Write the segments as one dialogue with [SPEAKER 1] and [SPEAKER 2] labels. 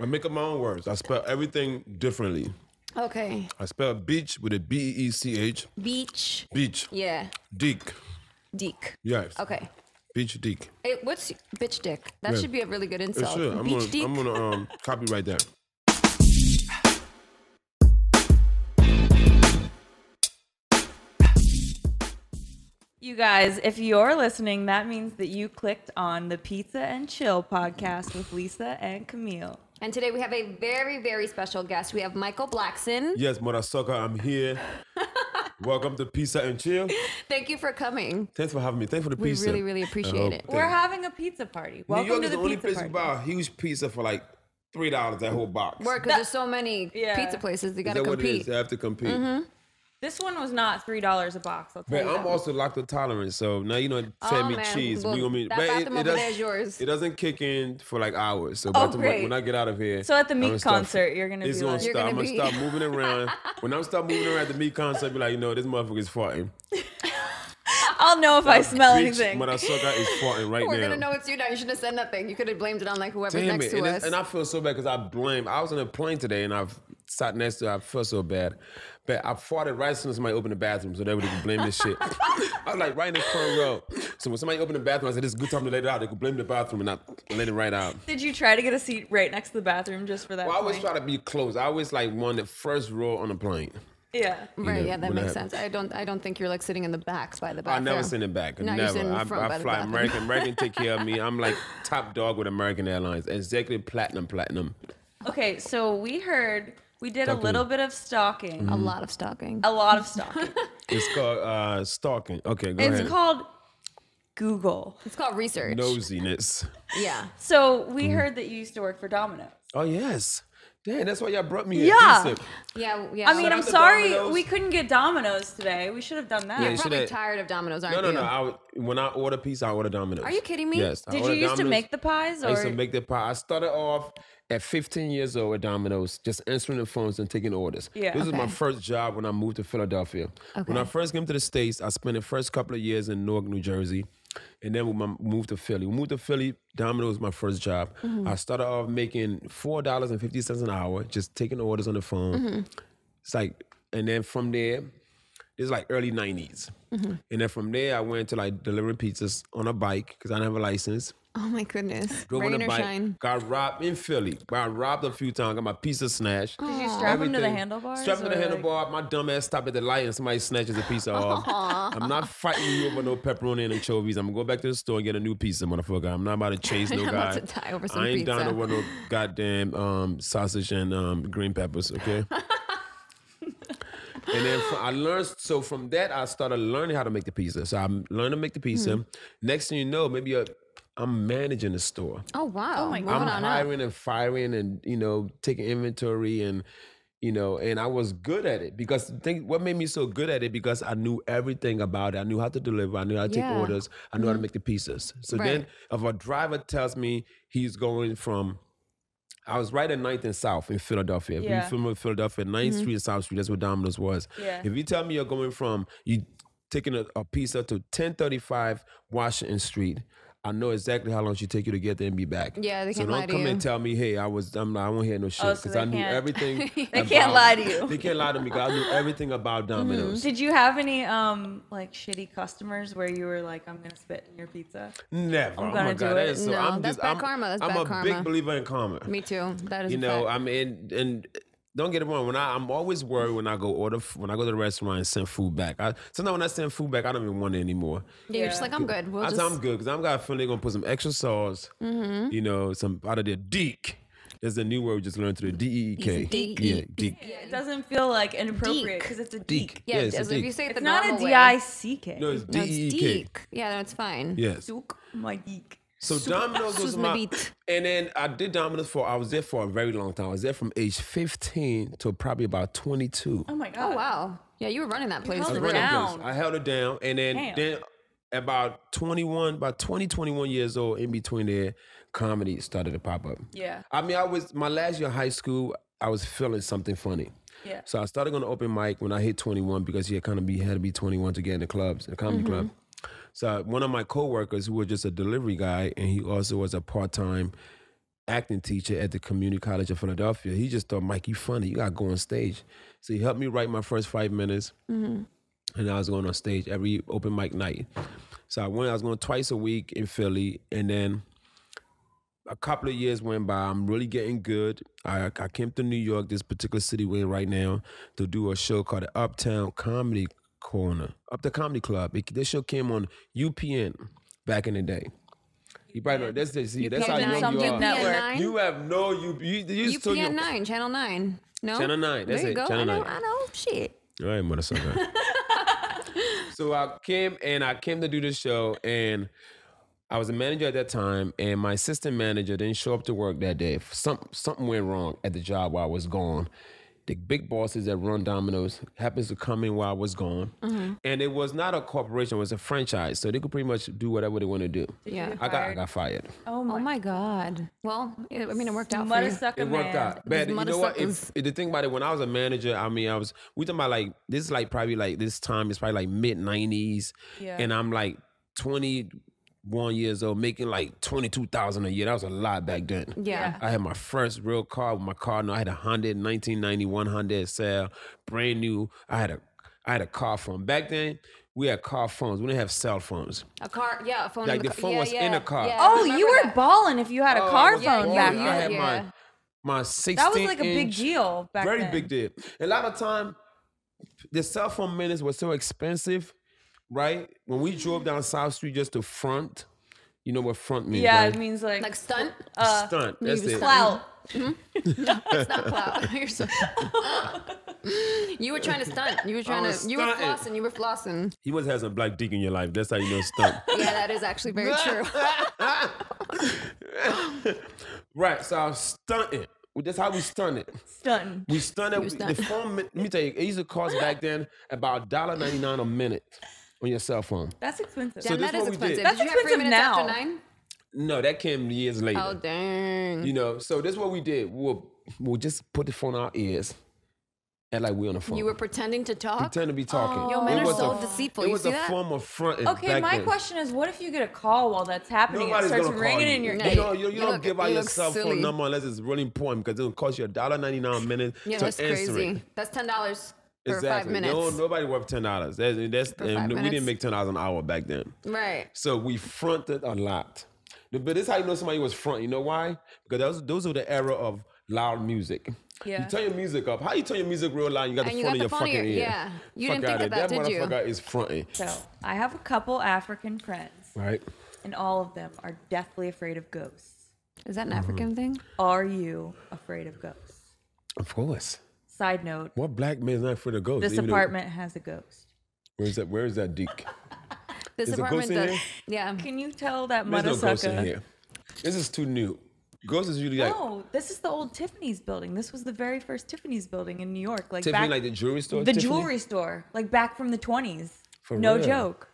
[SPEAKER 1] I make up my own words. I spell everything differently.
[SPEAKER 2] Okay.
[SPEAKER 1] I spell beach with a B E E C H.
[SPEAKER 2] Beach.
[SPEAKER 1] Beach.
[SPEAKER 2] Yeah.
[SPEAKER 1] Deek.
[SPEAKER 2] Deek.
[SPEAKER 1] Yes.
[SPEAKER 2] Okay.
[SPEAKER 1] Beach Deek.
[SPEAKER 2] Hey, what's bitch dick? That
[SPEAKER 1] Yeah.
[SPEAKER 2] should be a really good
[SPEAKER 1] For
[SPEAKER 2] insult.
[SPEAKER 1] sure. I'm
[SPEAKER 2] Beach
[SPEAKER 1] gonna,
[SPEAKER 2] dick.
[SPEAKER 1] I'm gonna um, copyright that.
[SPEAKER 3] You guys, if you're listening, that means that you clicked on the Pizza and Chill podcast with Lisa and Camille.
[SPEAKER 2] and today we have a very, very special guest. We have Michael Blackson.
[SPEAKER 1] Yes, Motherfucker, I'm here. Welcome to Pizza and Chill.
[SPEAKER 2] Thank you for coming.
[SPEAKER 1] Thanks for having me. Thanks for the
[SPEAKER 2] We
[SPEAKER 1] pizza.
[SPEAKER 2] really, really appreciate
[SPEAKER 1] I hope
[SPEAKER 2] it.
[SPEAKER 1] that-
[SPEAKER 3] We're having a pizza party.
[SPEAKER 1] New York
[SPEAKER 3] Welcome to
[SPEAKER 1] is
[SPEAKER 3] the,
[SPEAKER 1] the only
[SPEAKER 3] pizza
[SPEAKER 1] place
[SPEAKER 3] party.
[SPEAKER 1] you buy a huge pizza for like three dollars. That whole box.
[SPEAKER 2] Work because there's so many
[SPEAKER 3] Yeah.
[SPEAKER 2] pizza places. You
[SPEAKER 1] Is
[SPEAKER 2] gotta
[SPEAKER 1] that what it
[SPEAKER 2] compete. Mm-hmm.
[SPEAKER 1] is? I have to compete.
[SPEAKER 3] This one was not three dollars a box. I'll tell
[SPEAKER 1] But
[SPEAKER 3] you that
[SPEAKER 1] I'm
[SPEAKER 3] much.
[SPEAKER 1] also lactose tolerant, so now you know fed
[SPEAKER 2] Oh,
[SPEAKER 1] me
[SPEAKER 2] man.
[SPEAKER 1] cheese.
[SPEAKER 2] Well,
[SPEAKER 1] we gonna be,
[SPEAKER 2] that
[SPEAKER 1] but
[SPEAKER 2] bathroom over
[SPEAKER 1] does-
[SPEAKER 2] there is yours.
[SPEAKER 1] It doesn't kick in for like hours. So by
[SPEAKER 3] Oh,
[SPEAKER 1] the time- when
[SPEAKER 3] great.
[SPEAKER 1] I get out of here,
[SPEAKER 3] So at the
[SPEAKER 1] I'm gonna
[SPEAKER 3] Meek
[SPEAKER 1] start-
[SPEAKER 3] concert, you're gonna
[SPEAKER 1] it's
[SPEAKER 3] be
[SPEAKER 1] gonna
[SPEAKER 3] like-
[SPEAKER 2] You're
[SPEAKER 1] start. I'm
[SPEAKER 2] gonna
[SPEAKER 1] gonna
[SPEAKER 2] be-
[SPEAKER 1] start moving around. when I'm start moving around at the meat concert, be like, you know, this motherfucker is farting.
[SPEAKER 3] I'll know if I smell
[SPEAKER 1] Bitch,
[SPEAKER 3] anything.
[SPEAKER 1] Motherfucker is farting right
[SPEAKER 2] We're
[SPEAKER 1] now.
[SPEAKER 2] gonna know it's you now. You should have said nothing. You could have blamed it on like whoever's
[SPEAKER 1] Damn
[SPEAKER 2] next
[SPEAKER 1] it!
[SPEAKER 2] to
[SPEAKER 1] And,
[SPEAKER 2] us.
[SPEAKER 1] it's- and I feel so bad because I blame. I was on a plane today and I sat next to. I feel so bad, but I farted right as soon as somebody opened the bathroom, so they would have blame this shit. I was like right in the front row. So when somebody opened the bathroom, I said, "This is a good time to let it out." They could blame the bathroom and I let it right out.
[SPEAKER 3] Did you try to get a seat right next to the bathroom just for that?
[SPEAKER 1] Well, I always
[SPEAKER 3] point?
[SPEAKER 1] try to be close. I always like want the first row on the plane.
[SPEAKER 3] Yeah.
[SPEAKER 2] right?
[SPEAKER 1] know,
[SPEAKER 2] yeah, that
[SPEAKER 1] when I
[SPEAKER 2] makes
[SPEAKER 1] have-
[SPEAKER 2] sense. I don't. I don't think you're like sitting in the back by the
[SPEAKER 1] Oh, I
[SPEAKER 2] bathroom.
[SPEAKER 1] never send it back.
[SPEAKER 2] No, you
[SPEAKER 1] never.
[SPEAKER 2] send it
[SPEAKER 1] I,
[SPEAKER 2] front by
[SPEAKER 1] I
[SPEAKER 2] the
[SPEAKER 1] fly
[SPEAKER 2] bathroom.
[SPEAKER 1] American. American take care of me. I'm like top dog with American Airlines, executive platinum, platinum.
[SPEAKER 3] Okay, so we heard we did a
[SPEAKER 1] Stalking.
[SPEAKER 3] little bit of stalking,
[SPEAKER 2] A lot of stalking.
[SPEAKER 1] Mm.
[SPEAKER 3] a lot of stalking.
[SPEAKER 1] It's called uh, stalking. Okay, go ahead.
[SPEAKER 3] it's called Google.
[SPEAKER 2] It's called research.
[SPEAKER 1] Nosiness.
[SPEAKER 2] Yeah.
[SPEAKER 3] So we heard that you used to work for Domino's.
[SPEAKER 1] Oh yes. Damn, that's why y'all brought me here.
[SPEAKER 3] Yeah.
[SPEAKER 1] Decent.
[SPEAKER 2] Yeah. Yeah.
[SPEAKER 3] I mean,
[SPEAKER 1] Shout
[SPEAKER 3] I'm
[SPEAKER 1] out to
[SPEAKER 3] sorry
[SPEAKER 1] Domino's.
[SPEAKER 3] we couldn't get Domino's today. We should have done that.
[SPEAKER 1] Yeah,
[SPEAKER 2] I'm
[SPEAKER 1] you should
[SPEAKER 2] probably
[SPEAKER 1] have-
[SPEAKER 2] tired of Domino's, aren't
[SPEAKER 1] No, no,
[SPEAKER 2] you?
[SPEAKER 1] no. I, would- when I order pizza, I order Domino's.
[SPEAKER 2] Are you kidding me?
[SPEAKER 1] Yes. I
[SPEAKER 3] Did you
[SPEAKER 1] order
[SPEAKER 3] used to
[SPEAKER 1] Domino's.
[SPEAKER 3] make the pies
[SPEAKER 1] I used to
[SPEAKER 3] or
[SPEAKER 1] make the pie. I started off at 15 years old at Domino's, just answering the phones and taking orders.
[SPEAKER 3] Yeah.
[SPEAKER 1] This was my
[SPEAKER 2] Okay.
[SPEAKER 1] first job when I moved to Philadelphia. When I
[SPEAKER 2] Okay.
[SPEAKER 1] first came to the States, I spent the first couple of years in Newark, New Jersey. And then we mo- moved to Philly. We moved to Philly. Domino's was my first job.
[SPEAKER 2] Mm-hmm.
[SPEAKER 1] I started off making four dollars and fifty cents an hour, just taking orders on the phone.
[SPEAKER 2] Mm-hmm.
[SPEAKER 1] It's like, and then from there, it's like early 90s.
[SPEAKER 2] Mm-hmm.
[SPEAKER 1] And then from there, I went to like delivering pizzas on a bike because I didn't have a license.
[SPEAKER 2] Oh my goodness.
[SPEAKER 1] Drove on
[SPEAKER 2] Rain
[SPEAKER 1] a
[SPEAKER 2] or
[SPEAKER 1] bike.
[SPEAKER 2] shine.
[SPEAKER 1] Got robbed in Philly. Got robbed a few times. Got my pizza snatched.
[SPEAKER 3] did you strap them to the
[SPEAKER 1] Everything.
[SPEAKER 3] handlebars?
[SPEAKER 1] Strapped to the
[SPEAKER 3] or, like-
[SPEAKER 1] handlebar. My dumb ass stopped at the light and somebody snatches a pizza off. I'm not fighting you over no pepperoni and anchovies. I'm gonna go back to the store and get a new pizza, motherfucker. I'm not about to chase no
[SPEAKER 2] I'm
[SPEAKER 1] guy.
[SPEAKER 2] about to die over some
[SPEAKER 1] I ain't down
[SPEAKER 2] pizza.
[SPEAKER 1] over no goddamn um, sausage and um, green peppers, okay? and then fr- I learned. So from that, I started learning how to make the pizza. So I m- learned to make the pizza. Next thing you know, maybe i I'm managing the store.
[SPEAKER 2] Oh wow. Oh my
[SPEAKER 1] I'm
[SPEAKER 2] Moving on up.
[SPEAKER 1] hiring and firing and you know taking inventory and you know and I was good at it because think what made me so good at it because I knew everything about it. I knew how to deliver. I knew how to
[SPEAKER 2] Yeah. Mm-hmm.
[SPEAKER 1] take orders. I knew how to make the pieces. So then if a driver tells me he's going from I was right at 9th and South in Philadelphia. If you
[SPEAKER 3] Yeah.
[SPEAKER 1] familiar with Philadelphia, 9th
[SPEAKER 2] Mm-hmm.
[SPEAKER 1] Street and South Street, that's where Domino's was.
[SPEAKER 3] Yeah.
[SPEAKER 1] If you tell me you're going from you taking a, a pizza to 1035 Washington Street, I know exactly how long she take you to get there and be back.
[SPEAKER 2] Yeah, they
[SPEAKER 1] so
[SPEAKER 2] can't
[SPEAKER 1] don't
[SPEAKER 2] lie to
[SPEAKER 1] come
[SPEAKER 2] you.
[SPEAKER 1] and tell me, hey, I was I'm not, I won't hear no shit
[SPEAKER 3] Oh, so they
[SPEAKER 1] I knew
[SPEAKER 3] can't-
[SPEAKER 1] everything.
[SPEAKER 3] They can't lie to you.
[SPEAKER 1] They can't lie to me because I knew everything about
[SPEAKER 2] Mm-hmm.
[SPEAKER 1] Domino's.
[SPEAKER 3] Did you have any um like shitty customers where you were like, I'm gonna spit in your pizza?
[SPEAKER 1] Never.
[SPEAKER 3] I'm
[SPEAKER 1] oh
[SPEAKER 3] gonna
[SPEAKER 1] my
[SPEAKER 3] do
[SPEAKER 1] God,
[SPEAKER 3] it.
[SPEAKER 1] that is so.
[SPEAKER 2] No,
[SPEAKER 1] I'm
[SPEAKER 2] that's
[SPEAKER 1] just,
[SPEAKER 2] bad
[SPEAKER 1] I'm,
[SPEAKER 2] karma, that's
[SPEAKER 1] I'm
[SPEAKER 2] bad
[SPEAKER 1] a
[SPEAKER 2] karma.
[SPEAKER 1] big believer in karma.
[SPEAKER 2] Me too. That is.
[SPEAKER 1] you
[SPEAKER 2] a
[SPEAKER 1] know,
[SPEAKER 2] fact.
[SPEAKER 1] I mean, and don't get it wrong. When I, I'm always worried when I go order, f- when I go to the restaurant and send food back. I, sometimes when I send food back, I don't even want it anymore.
[SPEAKER 2] yeah, you're just
[SPEAKER 3] Yeah.
[SPEAKER 2] like I'm good. We'll
[SPEAKER 1] I
[SPEAKER 2] just. Mm-hmm.
[SPEAKER 1] am good because I'm got a feeling they're gonna put some extra sauce. You know, some out of there. Deek. There's a new word we just learned through. D E E K.
[SPEAKER 2] It's deek.
[SPEAKER 1] Yeah, deek.
[SPEAKER 3] It doesn't feel like inappropriate because it's a deek.
[SPEAKER 2] yeah,
[SPEAKER 1] Yeah, it's a
[SPEAKER 2] as if you
[SPEAKER 1] deek.
[SPEAKER 2] say it
[SPEAKER 3] It's
[SPEAKER 2] the
[SPEAKER 3] not a
[SPEAKER 2] normal
[SPEAKER 3] D
[SPEAKER 2] way.
[SPEAKER 3] I C K.
[SPEAKER 1] No, it's D
[SPEAKER 2] No, it's
[SPEAKER 1] E E K.
[SPEAKER 2] deek. Yeah, no, it's fine.
[SPEAKER 1] Yes.
[SPEAKER 3] Zoek my geek.
[SPEAKER 1] So Domino's was
[SPEAKER 2] Susan
[SPEAKER 1] my,
[SPEAKER 2] Beat.
[SPEAKER 1] and then I did Domino's for I was there for a very long time. I was there from age 15 to probably about 22.
[SPEAKER 3] Oh my god.
[SPEAKER 2] Oh wow. Yeah, you were running that place.
[SPEAKER 3] held
[SPEAKER 1] I
[SPEAKER 3] it
[SPEAKER 1] ran
[SPEAKER 2] right?
[SPEAKER 1] that
[SPEAKER 3] down.
[SPEAKER 1] place. I held it down, and then
[SPEAKER 3] Damn.
[SPEAKER 1] then about 21, about 20, 21 years old, in between there, comedy started to pop up.
[SPEAKER 3] Yeah.
[SPEAKER 1] I mean, I was my last year of high school. I was feeling something funny.
[SPEAKER 3] Yeah.
[SPEAKER 1] So I started going to open mic when I hit 21 because you had kind of be had to be 21 to get in the clubs, the comedy club.
[SPEAKER 3] Mm-hmm.
[SPEAKER 1] So one of my coworkers who was just a delivery guy and he also was a part-time acting teacher at the community college of Philadelphia. He just thought, Mike, you funny. You got to go on stage. So he helped me write my first five minutes. And I was going on stage every open mic night. So I went, I was going twice a week in Philly. And then a couple of years went by. I'm really getting good. I, I came to New York, this particular city we're in right now, to do a show called the Uptown Comedy Corner, Up the Comedy Club. It, this show came on UPN back in the day. You probably know that's that's, see, that's how
[SPEAKER 3] UPN
[SPEAKER 1] young you
[SPEAKER 3] something
[SPEAKER 1] are.
[SPEAKER 2] network.
[SPEAKER 1] You have no you you, you used to
[SPEAKER 2] UPN
[SPEAKER 1] your-
[SPEAKER 2] nine, channel nine. No,
[SPEAKER 1] Channel 9, that's
[SPEAKER 2] there you
[SPEAKER 1] it,
[SPEAKER 2] go.
[SPEAKER 1] Channel
[SPEAKER 2] I know.
[SPEAKER 1] 9.
[SPEAKER 2] I know. Shit.
[SPEAKER 1] All right, motherfucker. so I came and I came to do this show, and I was a manager at that time, and my assistant manager didn't show up to work that day. Some something went wrong at the job while I was gone. The big bosses that run Domino's happens to come in while I was gone, and it was not a corporation; it was a franchise, so they could pretty much do whatever they want to do.
[SPEAKER 2] Yeah.
[SPEAKER 1] I got I got fired.
[SPEAKER 3] Oh
[SPEAKER 2] Oh
[SPEAKER 3] my,
[SPEAKER 2] my god. Well, it, I mean, it worked out for
[SPEAKER 3] mother
[SPEAKER 2] you.
[SPEAKER 3] sucker
[SPEAKER 1] It worked
[SPEAKER 3] man.
[SPEAKER 1] out. But you
[SPEAKER 2] mother
[SPEAKER 1] know what? If,
[SPEAKER 2] suckers.
[SPEAKER 1] the thing about it, when I was a manager, I mean, I was we talking about like this is like probably like this time it's probably like mid nineties,
[SPEAKER 3] Yeah.
[SPEAKER 1] and I'm like twenty one years old, making like twenty two thousand a year. That was a lot back then.
[SPEAKER 2] Yeah.
[SPEAKER 1] I had my first real car with my car. No, I had a Honda 1991 Honda SL, brand new. I had a I had a car phone. Back then, we had car phones. We didn't have cell phones.
[SPEAKER 2] A car. Yeah. A phone.
[SPEAKER 1] Like
[SPEAKER 2] in the,
[SPEAKER 1] the
[SPEAKER 2] car.
[SPEAKER 1] phone
[SPEAKER 2] yeah,
[SPEAKER 1] was
[SPEAKER 2] yeah,
[SPEAKER 1] in a car.
[SPEAKER 2] yeah, I
[SPEAKER 3] Oh,
[SPEAKER 2] remember
[SPEAKER 3] you were
[SPEAKER 2] that.
[SPEAKER 3] balling if you had a
[SPEAKER 1] Oh, I
[SPEAKER 3] car
[SPEAKER 1] was
[SPEAKER 3] phone
[SPEAKER 1] balling.
[SPEAKER 3] back
[SPEAKER 2] you-
[SPEAKER 1] I
[SPEAKER 3] then.
[SPEAKER 1] had
[SPEAKER 2] yeah.
[SPEAKER 1] my my 16
[SPEAKER 3] That was like a big
[SPEAKER 1] inch-
[SPEAKER 3] deal back
[SPEAKER 1] very
[SPEAKER 3] then.
[SPEAKER 1] big deal. A lot of time, the cell phone minutes were so expensive, right? When we drove down South Street just to front, you know what front means?
[SPEAKER 3] Yeah, uh,
[SPEAKER 1] right?
[SPEAKER 3] it means like,
[SPEAKER 2] like stunt.
[SPEAKER 1] stunt. That's
[SPEAKER 2] just
[SPEAKER 1] it.
[SPEAKER 2] clap.
[SPEAKER 3] clout.
[SPEAKER 2] It's not clout. You're so- you were trying to stunt. You were trying to.
[SPEAKER 1] was
[SPEAKER 2] You were
[SPEAKER 1] stunting.
[SPEAKER 2] flossing. You were flossing.
[SPEAKER 1] You must have some black dick in your life. That's how you know stunt.
[SPEAKER 2] Yeah, that is actually very true.
[SPEAKER 1] right. So I was stunting. Well, That's how we stunted.
[SPEAKER 3] Stunting.
[SPEAKER 1] We stunted.
[SPEAKER 2] stunt.
[SPEAKER 1] The phone. min- Let me tell you, it used to cost back then about $1.99 a minute on your cell phone.
[SPEAKER 3] That's expensive.
[SPEAKER 1] So
[SPEAKER 2] Damn,
[SPEAKER 1] this
[SPEAKER 2] that
[SPEAKER 1] what we
[SPEAKER 2] is
[SPEAKER 1] did.
[SPEAKER 2] expensive.
[SPEAKER 3] That's
[SPEAKER 2] Did you have three
[SPEAKER 3] expensive
[SPEAKER 2] minutes after
[SPEAKER 3] now.
[SPEAKER 2] nine?
[SPEAKER 1] No, that came years later.
[SPEAKER 2] Oh dang.
[SPEAKER 1] You know, so this is what we did. We'll we'll just put the phone in our ears, and like we on the phone.
[SPEAKER 2] You were pretending to talk.
[SPEAKER 1] pretend to be talking.
[SPEAKER 2] Oh. Yo, men
[SPEAKER 1] It
[SPEAKER 2] are
[SPEAKER 1] was
[SPEAKER 2] so
[SPEAKER 1] a-
[SPEAKER 2] deceitful.
[SPEAKER 1] It
[SPEAKER 2] You
[SPEAKER 1] was
[SPEAKER 2] see
[SPEAKER 1] a
[SPEAKER 2] that?
[SPEAKER 1] form of fronting.
[SPEAKER 3] Okay,
[SPEAKER 1] back
[SPEAKER 3] my
[SPEAKER 1] then.
[SPEAKER 3] question is, what if you get a call while that's happening?
[SPEAKER 1] Nobody's
[SPEAKER 3] it starts
[SPEAKER 1] gonna
[SPEAKER 3] ringing
[SPEAKER 1] call
[SPEAKER 3] in
[SPEAKER 1] you.
[SPEAKER 3] your
[SPEAKER 1] you
[SPEAKER 2] ear.
[SPEAKER 3] ear.
[SPEAKER 1] know, you, you
[SPEAKER 2] You
[SPEAKER 1] don't
[SPEAKER 2] look-
[SPEAKER 1] give out
[SPEAKER 2] you
[SPEAKER 1] your
[SPEAKER 2] look
[SPEAKER 1] cell phone
[SPEAKER 2] silly.
[SPEAKER 1] number unless it's really important because it'll cost you a dollar ninety nine a minute
[SPEAKER 2] Yeah,
[SPEAKER 1] to
[SPEAKER 2] that's
[SPEAKER 1] answer
[SPEAKER 2] crazy.
[SPEAKER 1] it.
[SPEAKER 2] That's ten dollars for
[SPEAKER 1] Exactly.
[SPEAKER 2] five minutes.
[SPEAKER 1] No, nobody worth ten dollars. That's, that's
[SPEAKER 2] five
[SPEAKER 1] and we
[SPEAKER 2] minutes.
[SPEAKER 1] didn't make ten dollars an hour back then.
[SPEAKER 2] Right.
[SPEAKER 1] So we fronted a lot. But this is how you know somebody was front. You know why? Because those those were the era of loud music.
[SPEAKER 3] Yeah.
[SPEAKER 1] You turn your music up. How you turn your music real loud? You got
[SPEAKER 2] And
[SPEAKER 1] the
[SPEAKER 2] you
[SPEAKER 1] phone in
[SPEAKER 2] got
[SPEAKER 1] your
[SPEAKER 2] the phone
[SPEAKER 1] fucking
[SPEAKER 2] in your-
[SPEAKER 1] ear.
[SPEAKER 2] yeah. You
[SPEAKER 1] Fuck
[SPEAKER 2] didn't think
[SPEAKER 1] outta
[SPEAKER 2] of
[SPEAKER 1] here.
[SPEAKER 2] that,
[SPEAKER 1] that
[SPEAKER 2] did you?
[SPEAKER 1] motherfucker is fronting.
[SPEAKER 3] So I have a couple African friends,
[SPEAKER 1] Right?
[SPEAKER 3] and all of them are deathly afraid of ghosts.
[SPEAKER 2] Is that an African
[SPEAKER 1] Mm-hmm.
[SPEAKER 2] thing?
[SPEAKER 3] Are you afraid of ghosts?
[SPEAKER 1] Of course.
[SPEAKER 3] Side note:
[SPEAKER 1] What black man is not afraid of ghosts?
[SPEAKER 3] This
[SPEAKER 1] even though-
[SPEAKER 3] apartment has a ghost.
[SPEAKER 1] where is that? Where is that deek?
[SPEAKER 2] This
[SPEAKER 1] Is there
[SPEAKER 2] apartment
[SPEAKER 1] ghosts in
[SPEAKER 2] does.
[SPEAKER 1] here?
[SPEAKER 2] Yeah.
[SPEAKER 3] Can you tell that
[SPEAKER 1] There's no ghosts in
[SPEAKER 3] motherfucker?
[SPEAKER 1] here. This is too new. Ghosts is really like
[SPEAKER 3] No, this is the old Tiffany's building. This was the very first Tiffany's building in New York. Like
[SPEAKER 1] Tiffany,
[SPEAKER 3] back,
[SPEAKER 1] like the jewelry store.
[SPEAKER 3] the
[SPEAKER 1] Tiffany?
[SPEAKER 3] jewelry store, like back from the twenties.
[SPEAKER 1] For
[SPEAKER 3] no
[SPEAKER 1] real.
[SPEAKER 3] joke.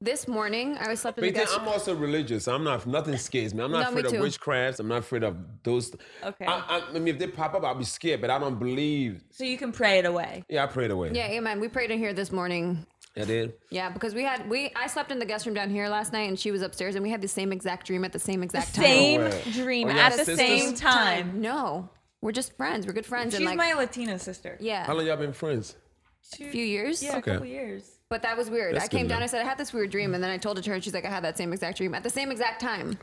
[SPEAKER 2] This morning I was slept in the
[SPEAKER 1] But then
[SPEAKER 2] guest.
[SPEAKER 1] I'm also religious. I'm not. Nothing scares me. I'm not
[SPEAKER 2] No, me
[SPEAKER 1] afraid of
[SPEAKER 2] too.
[SPEAKER 1] witchcrafts. I'm not afraid of those.
[SPEAKER 3] Okay.
[SPEAKER 1] I, I, I mean, if they pop up, I'll be scared. But I don't believe.
[SPEAKER 3] So you can pray it away.
[SPEAKER 1] Yeah, I prayed away.
[SPEAKER 2] Yeah, amen. We prayed in here this morning.
[SPEAKER 1] I did.
[SPEAKER 2] Yeah, because we had we I slept in the guest room down here last night, and she was upstairs, and we had the same exact dream at the same exact time.
[SPEAKER 3] Same
[SPEAKER 1] way.
[SPEAKER 3] dream
[SPEAKER 1] Oh, y'all
[SPEAKER 3] at the
[SPEAKER 1] sisters?
[SPEAKER 3] same time.
[SPEAKER 2] No, we're just friends. We're good friends,
[SPEAKER 3] She's
[SPEAKER 2] and like
[SPEAKER 3] my Latina sister.
[SPEAKER 2] yeah,
[SPEAKER 1] How long y'all been friends?
[SPEAKER 3] Two,
[SPEAKER 2] few years.
[SPEAKER 3] Yeah,
[SPEAKER 1] Okay.
[SPEAKER 3] a couple years.
[SPEAKER 2] But that was weird.
[SPEAKER 1] That's
[SPEAKER 2] I came
[SPEAKER 1] good,
[SPEAKER 2] down.
[SPEAKER 1] though.
[SPEAKER 2] I said I had this weird dream, and then I told it to her. and She's like, I had that same exact dream at the same exact time.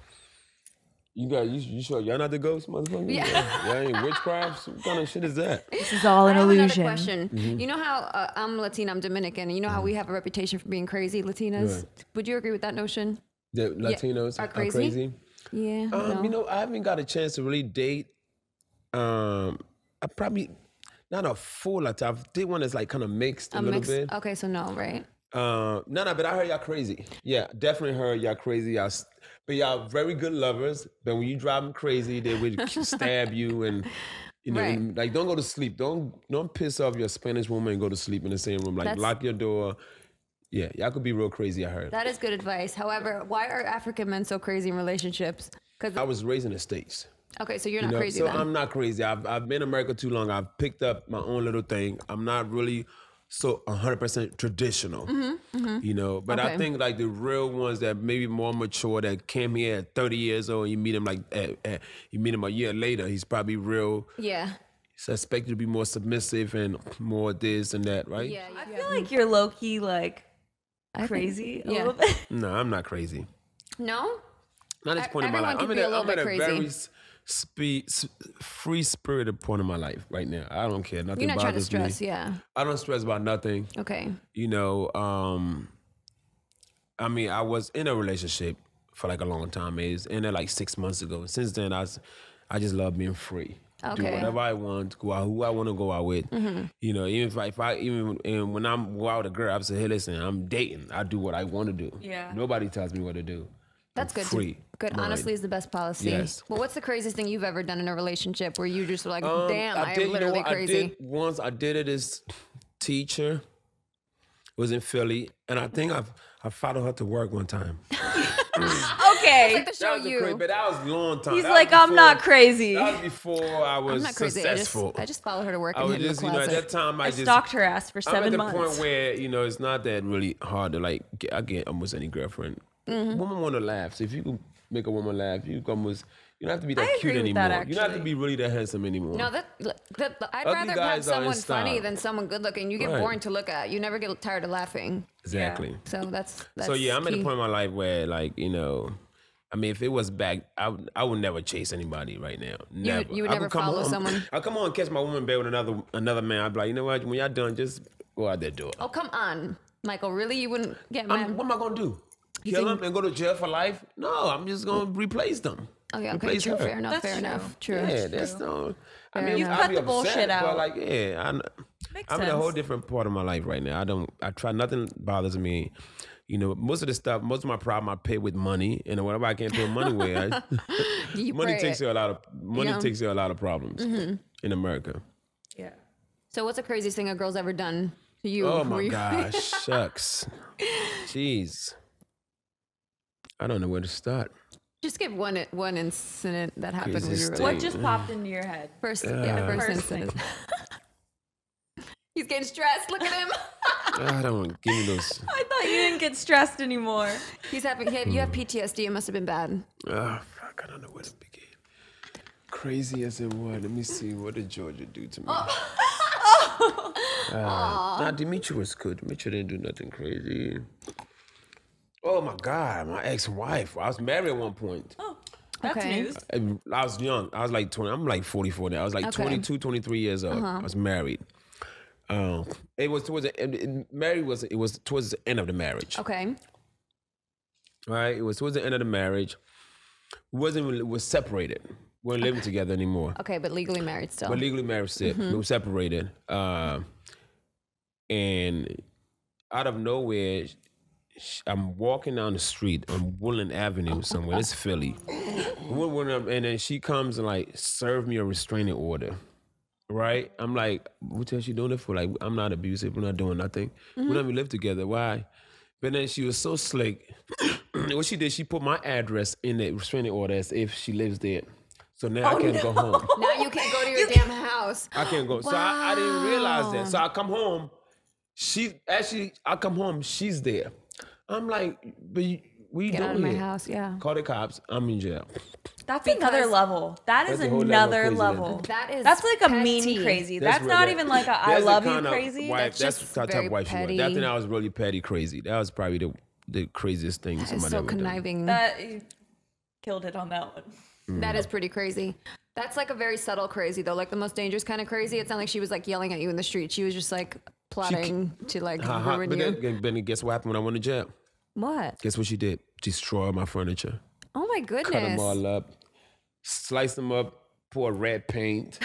[SPEAKER 1] You got you, you sure y'all not the ghosts, motherfucker?
[SPEAKER 2] Yeah.
[SPEAKER 1] Y'all ain't witchcrafts? What kind of shit is that?
[SPEAKER 3] This is all an
[SPEAKER 2] I have
[SPEAKER 3] illusion.
[SPEAKER 2] another question.
[SPEAKER 1] Mm-hmm.
[SPEAKER 2] You know how uh, I'm Latina, I'm Dominican, and you know how we have a reputation for being crazy, Latinas. Would you agree with that notion?
[SPEAKER 1] The Latinos
[SPEAKER 2] are
[SPEAKER 1] are crazy.
[SPEAKER 2] crazy? Yeah.
[SPEAKER 1] Um,
[SPEAKER 2] no.
[SPEAKER 1] You know, I haven't got a chance to really date. Um, I probably not a full Latin. I've did one that's like kind of mixed a,
[SPEAKER 2] A uh
[SPEAKER 1] little
[SPEAKER 2] mix-
[SPEAKER 1] bit.
[SPEAKER 2] Okay, so no, right?
[SPEAKER 1] Um, no, no, but I heard y'all crazy. Yeah, definitely heard y'all crazy. Y'all, s- but y'all very good lovers. But when you drive them crazy, they would stab you and you know,
[SPEAKER 2] Right.
[SPEAKER 1] and, like don't go to sleep. Don't don't piss off your Spanish woman and go to sleep in the same room. Like
[SPEAKER 2] That's-
[SPEAKER 1] lock your door. Yeah, y'all could be real crazy. I heard.
[SPEAKER 2] That is good advice. However, why are African men so crazy in relationships? Because
[SPEAKER 1] I was raised in the states.
[SPEAKER 2] okay, so you're not
[SPEAKER 1] you know,
[SPEAKER 2] crazy
[SPEAKER 1] so
[SPEAKER 2] then.
[SPEAKER 1] I'm not crazy. I've I've been in America too long. I've picked up my own little thing. I'm not really so 100% traditional, you know. But I
[SPEAKER 2] Mm-hmm, Okay.
[SPEAKER 1] think like the real ones that maybe more mature that came here at 30 years old, you meet him like at, at- you meet him a year later, he's probably real
[SPEAKER 2] Yeah.
[SPEAKER 1] suspected to be more submissive and more this and that, right?
[SPEAKER 2] Yeah.
[SPEAKER 3] I
[SPEAKER 2] yeah.
[SPEAKER 3] feel like you're low key like
[SPEAKER 2] think-
[SPEAKER 3] crazy a
[SPEAKER 2] yeah.
[SPEAKER 3] little bit.
[SPEAKER 1] No, I'm not crazy.
[SPEAKER 2] No?
[SPEAKER 1] Not at this
[SPEAKER 2] Ev-
[SPEAKER 1] point in my
[SPEAKER 2] E-
[SPEAKER 1] life.
[SPEAKER 2] everyone can
[SPEAKER 1] I'm
[SPEAKER 2] be
[SPEAKER 1] at
[SPEAKER 2] a little
[SPEAKER 1] I'm
[SPEAKER 2] bit
[SPEAKER 1] at
[SPEAKER 2] crazy.
[SPEAKER 1] very s- spe- s- free spirited point in my life right now. I don't care. Nothing
[SPEAKER 2] You're not trying to
[SPEAKER 1] bothers me.
[SPEAKER 2] stress. Yeah.
[SPEAKER 1] I don't stress about nothing.
[SPEAKER 2] Okay.
[SPEAKER 1] You know, um, I mean, I was in a relationship for like a long time. It was in there like six months ago. Since then, I, s- I just love being free. Do
[SPEAKER 2] Okay. Mm-hmm.
[SPEAKER 1] whatever I want, go out who I want to go out with. You know, even if I, if I even and when I'm go out with a girl, I say, hey, listen, I'm dating. I do what I want to do.
[SPEAKER 3] Yeah.
[SPEAKER 1] Nobody tells me what to do.
[SPEAKER 2] That's
[SPEAKER 1] I'm
[SPEAKER 2] good. to-
[SPEAKER 1] Free.
[SPEAKER 2] good.
[SPEAKER 1] mind.
[SPEAKER 2] Honestly, is the best policy.
[SPEAKER 1] Yes.
[SPEAKER 2] Well, what's the craziest thing you've ever done in a relationship where you just were like,
[SPEAKER 1] Um,
[SPEAKER 2] damn, I, am
[SPEAKER 1] you know
[SPEAKER 2] literally
[SPEAKER 1] what?
[SPEAKER 2] crazy?
[SPEAKER 1] I did once. I did it as teacher. Was in Philly, and I think I've I followed her to work one time.
[SPEAKER 3] Okay.
[SPEAKER 2] Like the show
[SPEAKER 1] that was a
[SPEAKER 2] you.
[SPEAKER 1] crazy, but that was a long time.
[SPEAKER 3] He's
[SPEAKER 1] That was
[SPEAKER 3] like, I'm not
[SPEAKER 1] before-
[SPEAKER 3] crazy.
[SPEAKER 1] That was before I was
[SPEAKER 2] I'm not crazy.
[SPEAKER 1] successful.
[SPEAKER 2] I just I just follow her to work
[SPEAKER 1] I
[SPEAKER 2] and
[SPEAKER 1] was
[SPEAKER 2] hid in
[SPEAKER 1] just,
[SPEAKER 2] the
[SPEAKER 1] you know,
[SPEAKER 2] closet.
[SPEAKER 1] at that time, I,
[SPEAKER 3] I
[SPEAKER 1] just
[SPEAKER 3] stalked her ass for
[SPEAKER 1] I'm at
[SPEAKER 3] seven
[SPEAKER 1] the
[SPEAKER 3] months.
[SPEAKER 1] point where you know it's not that really hard to like. Get, I get almost any girlfriend.
[SPEAKER 3] Mm-hmm.
[SPEAKER 1] Women want to laugh, so if you can make a woman laugh, you can almost. You don't have to be that
[SPEAKER 3] I
[SPEAKER 1] cute
[SPEAKER 3] agree with
[SPEAKER 1] anymore.
[SPEAKER 3] that,
[SPEAKER 1] you don't have to be
[SPEAKER 3] actually.
[SPEAKER 1] really that handsome anymore.
[SPEAKER 2] no, that, that, that- I'd
[SPEAKER 1] Ugly
[SPEAKER 2] rather have
[SPEAKER 1] guys are in
[SPEAKER 2] someone funny
[SPEAKER 1] style.
[SPEAKER 2] than someone good looking. You get
[SPEAKER 1] Right.
[SPEAKER 2] boring to look at. You never get tired of laughing.
[SPEAKER 1] exactly.
[SPEAKER 2] So that's, that's
[SPEAKER 1] so yeah, I'm at
[SPEAKER 2] key.
[SPEAKER 1] the point in my life where like you know, I mean, if it was back, I would- I would never chase anybody right now. Never.
[SPEAKER 2] you would
[SPEAKER 1] I
[SPEAKER 2] never
[SPEAKER 1] come
[SPEAKER 2] follow
[SPEAKER 1] home-
[SPEAKER 2] someone?
[SPEAKER 1] I come home and catch my woman in bed with another another man. I'd be like, you know what? When y'all done, just go out there do it.
[SPEAKER 2] Oh come on, Michael. Really, you wouldn't get mad?
[SPEAKER 1] I'm, what am I gonna do? Kill
[SPEAKER 2] think-
[SPEAKER 1] them and go to jail for life? No, I'm just gonna replace them.
[SPEAKER 2] Oh yeah, okay,
[SPEAKER 1] replace
[SPEAKER 2] true,
[SPEAKER 1] her.
[SPEAKER 2] fair enough,
[SPEAKER 3] That's
[SPEAKER 2] fair
[SPEAKER 3] true.
[SPEAKER 2] enough, true.
[SPEAKER 1] Yeah, that's no. I
[SPEAKER 2] Fair
[SPEAKER 1] mean,
[SPEAKER 2] enough.
[SPEAKER 1] I'll
[SPEAKER 3] Cut
[SPEAKER 1] be
[SPEAKER 3] the bullshit
[SPEAKER 1] upset,
[SPEAKER 3] out.
[SPEAKER 1] But like, yeah, I, kn-
[SPEAKER 3] Makes
[SPEAKER 1] I'm in a
[SPEAKER 3] sense.
[SPEAKER 1] whole different part of my life right now. I don't. I try. Nothing bothers me. You know, most of the stuff, most of my problem, I pay with money, and whatever I can't pay with money with, I-
[SPEAKER 2] You
[SPEAKER 1] money
[SPEAKER 2] pray
[SPEAKER 1] takes
[SPEAKER 2] it.
[SPEAKER 1] you a lot of money
[SPEAKER 2] Yeah. Mm-hmm.
[SPEAKER 1] takes you a lot of problems in America.
[SPEAKER 3] Yeah.
[SPEAKER 2] So what's the craziest thing a girl's ever done to you?
[SPEAKER 1] Oh
[SPEAKER 2] Were
[SPEAKER 1] my
[SPEAKER 2] you-
[SPEAKER 1] gosh, shucks, jeez, I don't know where to start.
[SPEAKER 2] Just give one one incident that happened when you
[SPEAKER 1] Craziest
[SPEAKER 2] were
[SPEAKER 1] thing.
[SPEAKER 2] like
[SPEAKER 3] What just popped into your head?
[SPEAKER 2] first, yeah, first,
[SPEAKER 3] First
[SPEAKER 2] incident. He's getting stressed. Look at him.
[SPEAKER 1] I don't give me those.
[SPEAKER 3] I thought you didn't get stressed anymore.
[SPEAKER 2] He's having. He, you have
[SPEAKER 1] Hmm.
[SPEAKER 2] PTSD. It must have been bad.
[SPEAKER 1] Oh, fuck, I don't know where to begin. Crazy as in what? Let me see. What did Georgia do to me? Uh, nah, Dimitri was good. Dimitri didn't do nothing crazy. Oh my God, my ex-wife. I was married at one point.
[SPEAKER 3] Oh, that's
[SPEAKER 2] Okay.
[SPEAKER 3] news.
[SPEAKER 1] I I was young. I was like 20. I'm like 44 now. I was like
[SPEAKER 2] Okay.
[SPEAKER 1] 22, 23 years old. I was married. Um, it was towards the end. it- Married was it was towards the end of the marriage.
[SPEAKER 2] Okay.
[SPEAKER 1] right? It was towards the end of the marriage. We wasn't really- we was separated. We weren't living together anymore.
[SPEAKER 2] Okay, but legally married still.
[SPEAKER 1] But legally married, sep- we were separated. Uh, and out of nowhere, sh- sh- I'm walking down the street on Woodland Avenue somewhere. It's Philly. Wood- Woodland- And then she comes and like serve me a restraining order. Right? I'm like, what is she doing it for? Like, I'm not abusive. We're not doing nothing. We don't even live together. Why? But then she was so slick. what she did, she put my address in the restraining order as if she lives there. So now I can not go home.
[SPEAKER 2] now you can't go to your damn house.
[SPEAKER 1] I can't go. So I, I didn't realize that. So I come home. She actually, I come home. She's there. I'm like, but you, what you
[SPEAKER 2] Get
[SPEAKER 1] doing
[SPEAKER 2] out of my
[SPEAKER 1] here?
[SPEAKER 2] house. Yeah.
[SPEAKER 1] Call the cops. I'm in jail.
[SPEAKER 3] That's
[SPEAKER 2] Because-
[SPEAKER 3] another level. That is
[SPEAKER 1] That's a whole level of
[SPEAKER 3] another
[SPEAKER 1] crazy then.
[SPEAKER 3] level.
[SPEAKER 2] That is
[SPEAKER 3] That's like a mean
[SPEAKER 2] petty.
[SPEAKER 3] crazy.
[SPEAKER 1] That's
[SPEAKER 3] That's,
[SPEAKER 1] where
[SPEAKER 3] not
[SPEAKER 1] that-
[SPEAKER 3] even like a I
[SPEAKER 1] that's the
[SPEAKER 3] love you
[SPEAKER 1] kind of
[SPEAKER 3] crazy.
[SPEAKER 1] Wife,
[SPEAKER 3] That's
[SPEAKER 1] that's
[SPEAKER 2] just
[SPEAKER 1] the type
[SPEAKER 2] very
[SPEAKER 1] of wife she was. That
[SPEAKER 2] petty.
[SPEAKER 1] thing I was really petty crazy. That was probably the the craziest thing
[SPEAKER 2] It's
[SPEAKER 1] somebody
[SPEAKER 2] so
[SPEAKER 1] ever done.
[SPEAKER 2] conniving.
[SPEAKER 3] that you killed it on that one.
[SPEAKER 2] That is pretty crazy. That's like a very subtle crazy though, like the most dangerous kind of crazy. It's not like she was like yelling at you in the street. She was just like plotting to like
[SPEAKER 1] Uh-huh.
[SPEAKER 2] ruin
[SPEAKER 1] But
[SPEAKER 2] you.
[SPEAKER 1] then, then guess what happened when I went to jail?
[SPEAKER 2] what?
[SPEAKER 1] Guess what she did? Destroyed my furniture.
[SPEAKER 2] Oh my
[SPEAKER 1] Cut them
[SPEAKER 2] goodness.
[SPEAKER 1] all up. Slice them up. Pour red paint.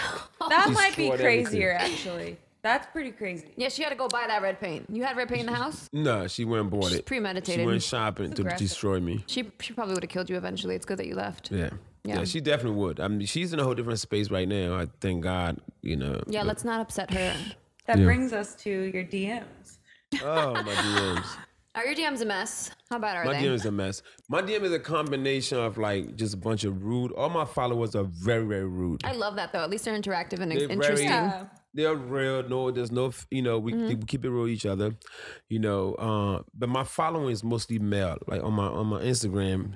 [SPEAKER 3] That might be
[SPEAKER 1] Destroyed
[SPEAKER 3] crazier, actually. That's pretty crazy.
[SPEAKER 2] Yeah, she had to go buy that red paint. You had red paint in the house?
[SPEAKER 1] no, she went and bought it.
[SPEAKER 2] premeditated.
[SPEAKER 1] She went shopping to
[SPEAKER 3] aggressive.
[SPEAKER 1] destroy me.
[SPEAKER 2] She she probably would have killed you eventually. It's good that you left.
[SPEAKER 1] Yeah.
[SPEAKER 2] Yeah.
[SPEAKER 1] yeah. she definitely would. I mean, she's in a whole different space right now. I thank God, you know.
[SPEAKER 2] Yeah, let's not upset her.
[SPEAKER 3] That brings us to your DMs.
[SPEAKER 1] Oh, my DMs.
[SPEAKER 2] Are your DMs a mess? How bad are
[SPEAKER 1] My
[SPEAKER 2] they?
[SPEAKER 1] DM is a mess. My DM is a combination of like just a bunch of rude. All my followers are very, very rude.
[SPEAKER 2] I love that though. At least they're interactive and
[SPEAKER 1] They're very-
[SPEAKER 2] interesting.
[SPEAKER 1] Yeah. they're real. No, there's no, f- you know, we, we keep it real with each other, you know. Uh, but my following is mostly male. Like on my on my Instagram,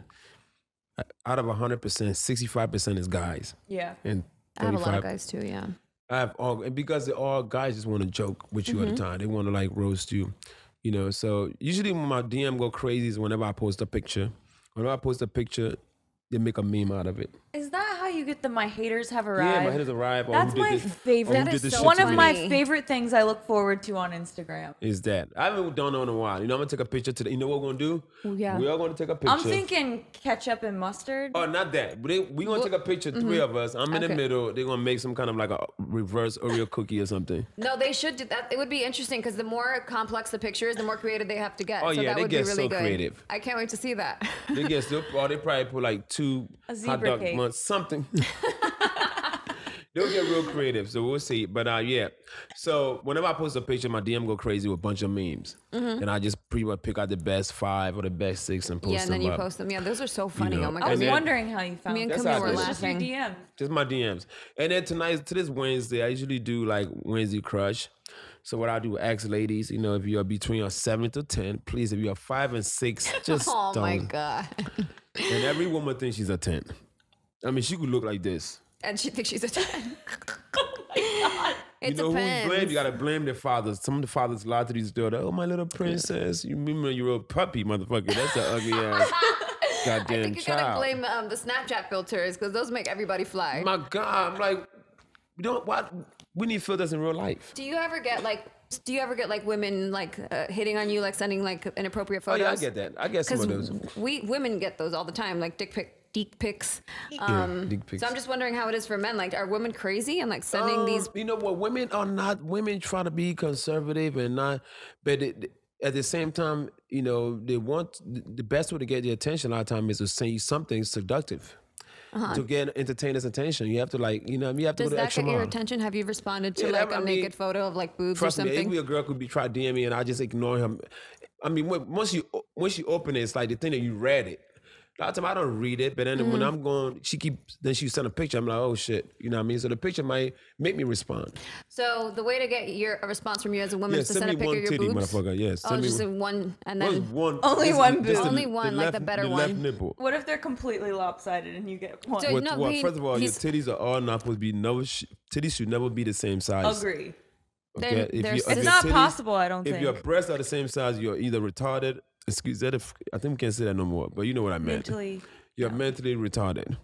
[SPEAKER 1] uh, out of hundred percent, sixty five percent is guys,
[SPEAKER 3] Yeah.
[SPEAKER 1] and
[SPEAKER 2] I have a lot of
[SPEAKER 1] 35
[SPEAKER 2] guys too. Yeah.
[SPEAKER 1] I have all, and because they're all guys just want to joke with you
[SPEAKER 2] Mm-hmm.
[SPEAKER 1] at the time. They want to like roast you, you know. So usually when my DM go crazy is whenever I post a picture. Whenever I post a picture, they make a meme out of it.
[SPEAKER 3] Is that how you get the my haters have arrived?
[SPEAKER 1] Yeah, my haters arrive. or Oh, who
[SPEAKER 3] That's
[SPEAKER 1] did
[SPEAKER 3] my
[SPEAKER 1] this- or who
[SPEAKER 3] favorite.
[SPEAKER 2] That
[SPEAKER 1] did
[SPEAKER 2] is
[SPEAKER 1] this
[SPEAKER 2] so
[SPEAKER 1] shit
[SPEAKER 3] One
[SPEAKER 1] to
[SPEAKER 3] of
[SPEAKER 1] me.
[SPEAKER 3] my
[SPEAKER 2] funny.
[SPEAKER 3] favorite things I look forward to on Instagram.
[SPEAKER 1] is that I haven't done it in a while. You know, I'm gonna take a picture today. You know what we're gonna do?
[SPEAKER 2] yeah.
[SPEAKER 1] We are gonna take a picture.
[SPEAKER 3] I'm thinking ketchup and mustard.
[SPEAKER 1] Oh, not that. But they, we gonna take a picture, three of us. I'm in the
[SPEAKER 2] mm-hmm. Okay.
[SPEAKER 1] middle. They're gonna make some kind of like a reverse Oreo cookie or something.
[SPEAKER 2] No, they should do that. It would be interesting because the more complex the picture is, the more creative they have to get.
[SPEAKER 1] Oh,
[SPEAKER 2] so
[SPEAKER 1] yeah,
[SPEAKER 2] that
[SPEAKER 1] they
[SPEAKER 2] would
[SPEAKER 1] get
[SPEAKER 2] be
[SPEAKER 1] so
[SPEAKER 2] really good.
[SPEAKER 1] creative.
[SPEAKER 2] I can't wait to see that.
[SPEAKER 1] They guess they'll, or they probably put like two
[SPEAKER 3] A
[SPEAKER 1] hot
[SPEAKER 3] zebra
[SPEAKER 1] dog
[SPEAKER 3] cake.
[SPEAKER 1] buns, something. They'll get real creative, so we'll see. But uh, yeah, so whenever I post a picture, my DM go crazy with a bunch of memes, and I just pretty much pick out the best five or the best six and post
[SPEAKER 2] Mm-hmm. yeah, and
[SPEAKER 1] them
[SPEAKER 2] then you
[SPEAKER 1] up.
[SPEAKER 2] post them. Yeah, those are so funny.
[SPEAKER 1] know,
[SPEAKER 2] oh
[SPEAKER 1] and
[SPEAKER 2] my god.
[SPEAKER 3] I was
[SPEAKER 1] then-
[SPEAKER 3] wondering how you found
[SPEAKER 2] Me and
[SPEAKER 3] it.
[SPEAKER 1] That's
[SPEAKER 2] Camille
[SPEAKER 1] how it
[SPEAKER 2] were
[SPEAKER 1] is.
[SPEAKER 3] Just your
[SPEAKER 2] laughing.
[SPEAKER 3] DM.
[SPEAKER 1] Just my DMs. And then tonight, today's Wednesday, I usually do like Wednesday crush. So what I do, ask ladies, you know, if you are between your seven to ten, please, if you are five and six, just
[SPEAKER 2] Oh
[SPEAKER 1] don't.
[SPEAKER 2] my god.
[SPEAKER 1] And every woman thinks she's a ten. I mean, she could look like this.
[SPEAKER 2] And she thinks she's a 10. It
[SPEAKER 1] Oh you know
[SPEAKER 2] depends.
[SPEAKER 1] who you blame? You gotta blame the fathers. Some of the fathers lie to these daughters. Oh, my little princess. You remember you were a puppy, motherfucker. That's an ugly ass goddamn
[SPEAKER 2] I think you
[SPEAKER 1] child. Oh
[SPEAKER 2] gotta blame um, the Snapchat filters because those make everybody fly.
[SPEAKER 1] my God, I'm like, we don't. Why we need filters in real life?
[SPEAKER 2] do you ever get like? Do you ever get like women like uh, hitting on you, like sending like inappropriate
[SPEAKER 1] Oh
[SPEAKER 2] photos?
[SPEAKER 1] yeah, I get that. I get some of those.
[SPEAKER 2] Because we women get those all the time, like dick pic, dick pics.
[SPEAKER 1] yeah, dick pics.
[SPEAKER 2] um, So I'm just wondering how it is for men. Like, are women crazy and like sending
[SPEAKER 1] Um,
[SPEAKER 2] these?
[SPEAKER 1] You know what? Women are not. Women try to be conservative and not, but it, at the same time, you know, they want the best way to get the attention. A lot of time is to say something seductive. To get entertainers' attention, you have to like, you know, you have to go
[SPEAKER 2] Uh-huh. Does
[SPEAKER 1] to
[SPEAKER 2] that
[SPEAKER 1] extra
[SPEAKER 2] get your
[SPEAKER 1] mile.
[SPEAKER 2] attention? Have you responded to
[SPEAKER 1] Yeah,
[SPEAKER 2] like
[SPEAKER 1] I
[SPEAKER 2] a
[SPEAKER 1] mean,
[SPEAKER 2] naked photo of like boobs or
[SPEAKER 1] Trust me,
[SPEAKER 2] something?
[SPEAKER 1] every girl could be try DM me and I just ignore him. I mean, when- once you once you open it, it's like the thing that you read it. A lot of time I don't read it, but then
[SPEAKER 2] Mm-hmm.
[SPEAKER 1] when I'm going, she keeps then she sent a picture. I'm like, oh shit, you know what I mean? So the picture might make me respond.
[SPEAKER 2] so the way to get your a response from you as a woman
[SPEAKER 1] Yeah,
[SPEAKER 2] is to
[SPEAKER 1] send
[SPEAKER 2] send
[SPEAKER 1] me
[SPEAKER 2] a picture
[SPEAKER 1] one
[SPEAKER 2] of your
[SPEAKER 1] titty,
[SPEAKER 2] boobs.
[SPEAKER 1] motherfucker. Yeah,
[SPEAKER 2] Oh,
[SPEAKER 1] send me
[SPEAKER 2] just in one, and
[SPEAKER 1] What's
[SPEAKER 2] then
[SPEAKER 1] one.
[SPEAKER 3] Only
[SPEAKER 1] just-
[SPEAKER 3] one
[SPEAKER 1] just
[SPEAKER 3] boob.
[SPEAKER 2] Only one, like the better
[SPEAKER 1] left
[SPEAKER 2] one.
[SPEAKER 1] nipple.
[SPEAKER 3] What if they're completely lopsided and you get one?
[SPEAKER 2] So-
[SPEAKER 1] What,
[SPEAKER 2] No,
[SPEAKER 1] what,
[SPEAKER 2] we-
[SPEAKER 1] first of all, your
[SPEAKER 2] he's-
[SPEAKER 1] titties are all not supposed to be never. Sh- titties should never be the same size.
[SPEAKER 3] Agree.
[SPEAKER 2] They're- they're
[SPEAKER 1] if
[SPEAKER 2] It's
[SPEAKER 1] your
[SPEAKER 3] not possible, I don't
[SPEAKER 1] If your
[SPEAKER 3] think.
[SPEAKER 1] breasts are the same size, you're either retarded. Excuse that. If, I think we can't say that no more. But you know what I meant.
[SPEAKER 3] Mentally,
[SPEAKER 1] You're mentally retarded.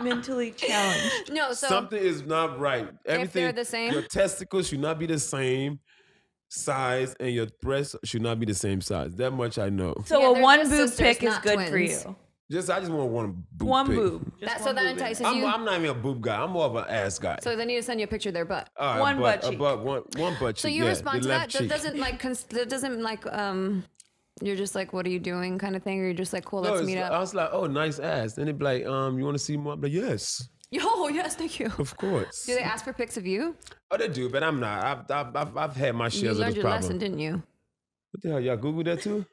[SPEAKER 3] mentally challenged.
[SPEAKER 2] no. So
[SPEAKER 1] Something is not right. Everything.
[SPEAKER 2] the same-
[SPEAKER 1] Your testicles should not be the same size, and your breasts should not be the same size. That much I know.
[SPEAKER 3] So
[SPEAKER 2] Yeah,
[SPEAKER 3] a
[SPEAKER 2] they're
[SPEAKER 3] one
[SPEAKER 2] just
[SPEAKER 3] boob
[SPEAKER 2] sisters,
[SPEAKER 3] pick is
[SPEAKER 2] not
[SPEAKER 3] good for
[SPEAKER 2] twins.
[SPEAKER 3] you.
[SPEAKER 1] Just I just want one boob.
[SPEAKER 3] One
[SPEAKER 1] pic.
[SPEAKER 3] boob. Just
[SPEAKER 2] that so
[SPEAKER 3] one
[SPEAKER 2] that
[SPEAKER 3] boob in
[SPEAKER 2] entices
[SPEAKER 1] I'm,
[SPEAKER 2] you.
[SPEAKER 1] I'm not even a boob guy. I'm more of an ass guy.
[SPEAKER 2] so they need to send you a picture of their butt.
[SPEAKER 1] All right,
[SPEAKER 3] One
[SPEAKER 1] but,
[SPEAKER 3] butt cheek.
[SPEAKER 1] uh, but one, one butt cheek.
[SPEAKER 2] So you
[SPEAKER 1] yeah,
[SPEAKER 2] respond
[SPEAKER 1] the
[SPEAKER 2] to that?
[SPEAKER 1] left
[SPEAKER 2] That
[SPEAKER 1] cheek.
[SPEAKER 2] doesn't like cons- that doesn't like um. You're just like, what are you doing, kind of thing, or you're just like, cool,
[SPEAKER 1] No,
[SPEAKER 2] let's
[SPEAKER 1] it's-
[SPEAKER 2] meet
[SPEAKER 1] I
[SPEAKER 2] up.
[SPEAKER 1] was like, oh, nice ass. Then they'd be like, um, you want to see more? I'm like, yes,
[SPEAKER 2] Yo, yes, thank you.
[SPEAKER 1] of course.
[SPEAKER 2] Do they ask for pics of you?
[SPEAKER 1] oh, they do, but I'm not. I've I've, I've, I've had my
[SPEAKER 2] You
[SPEAKER 1] shares of
[SPEAKER 2] learned
[SPEAKER 1] this
[SPEAKER 2] your
[SPEAKER 1] problem.
[SPEAKER 2] lesson, didn't you?
[SPEAKER 1] What the hell? Y'all Google that too?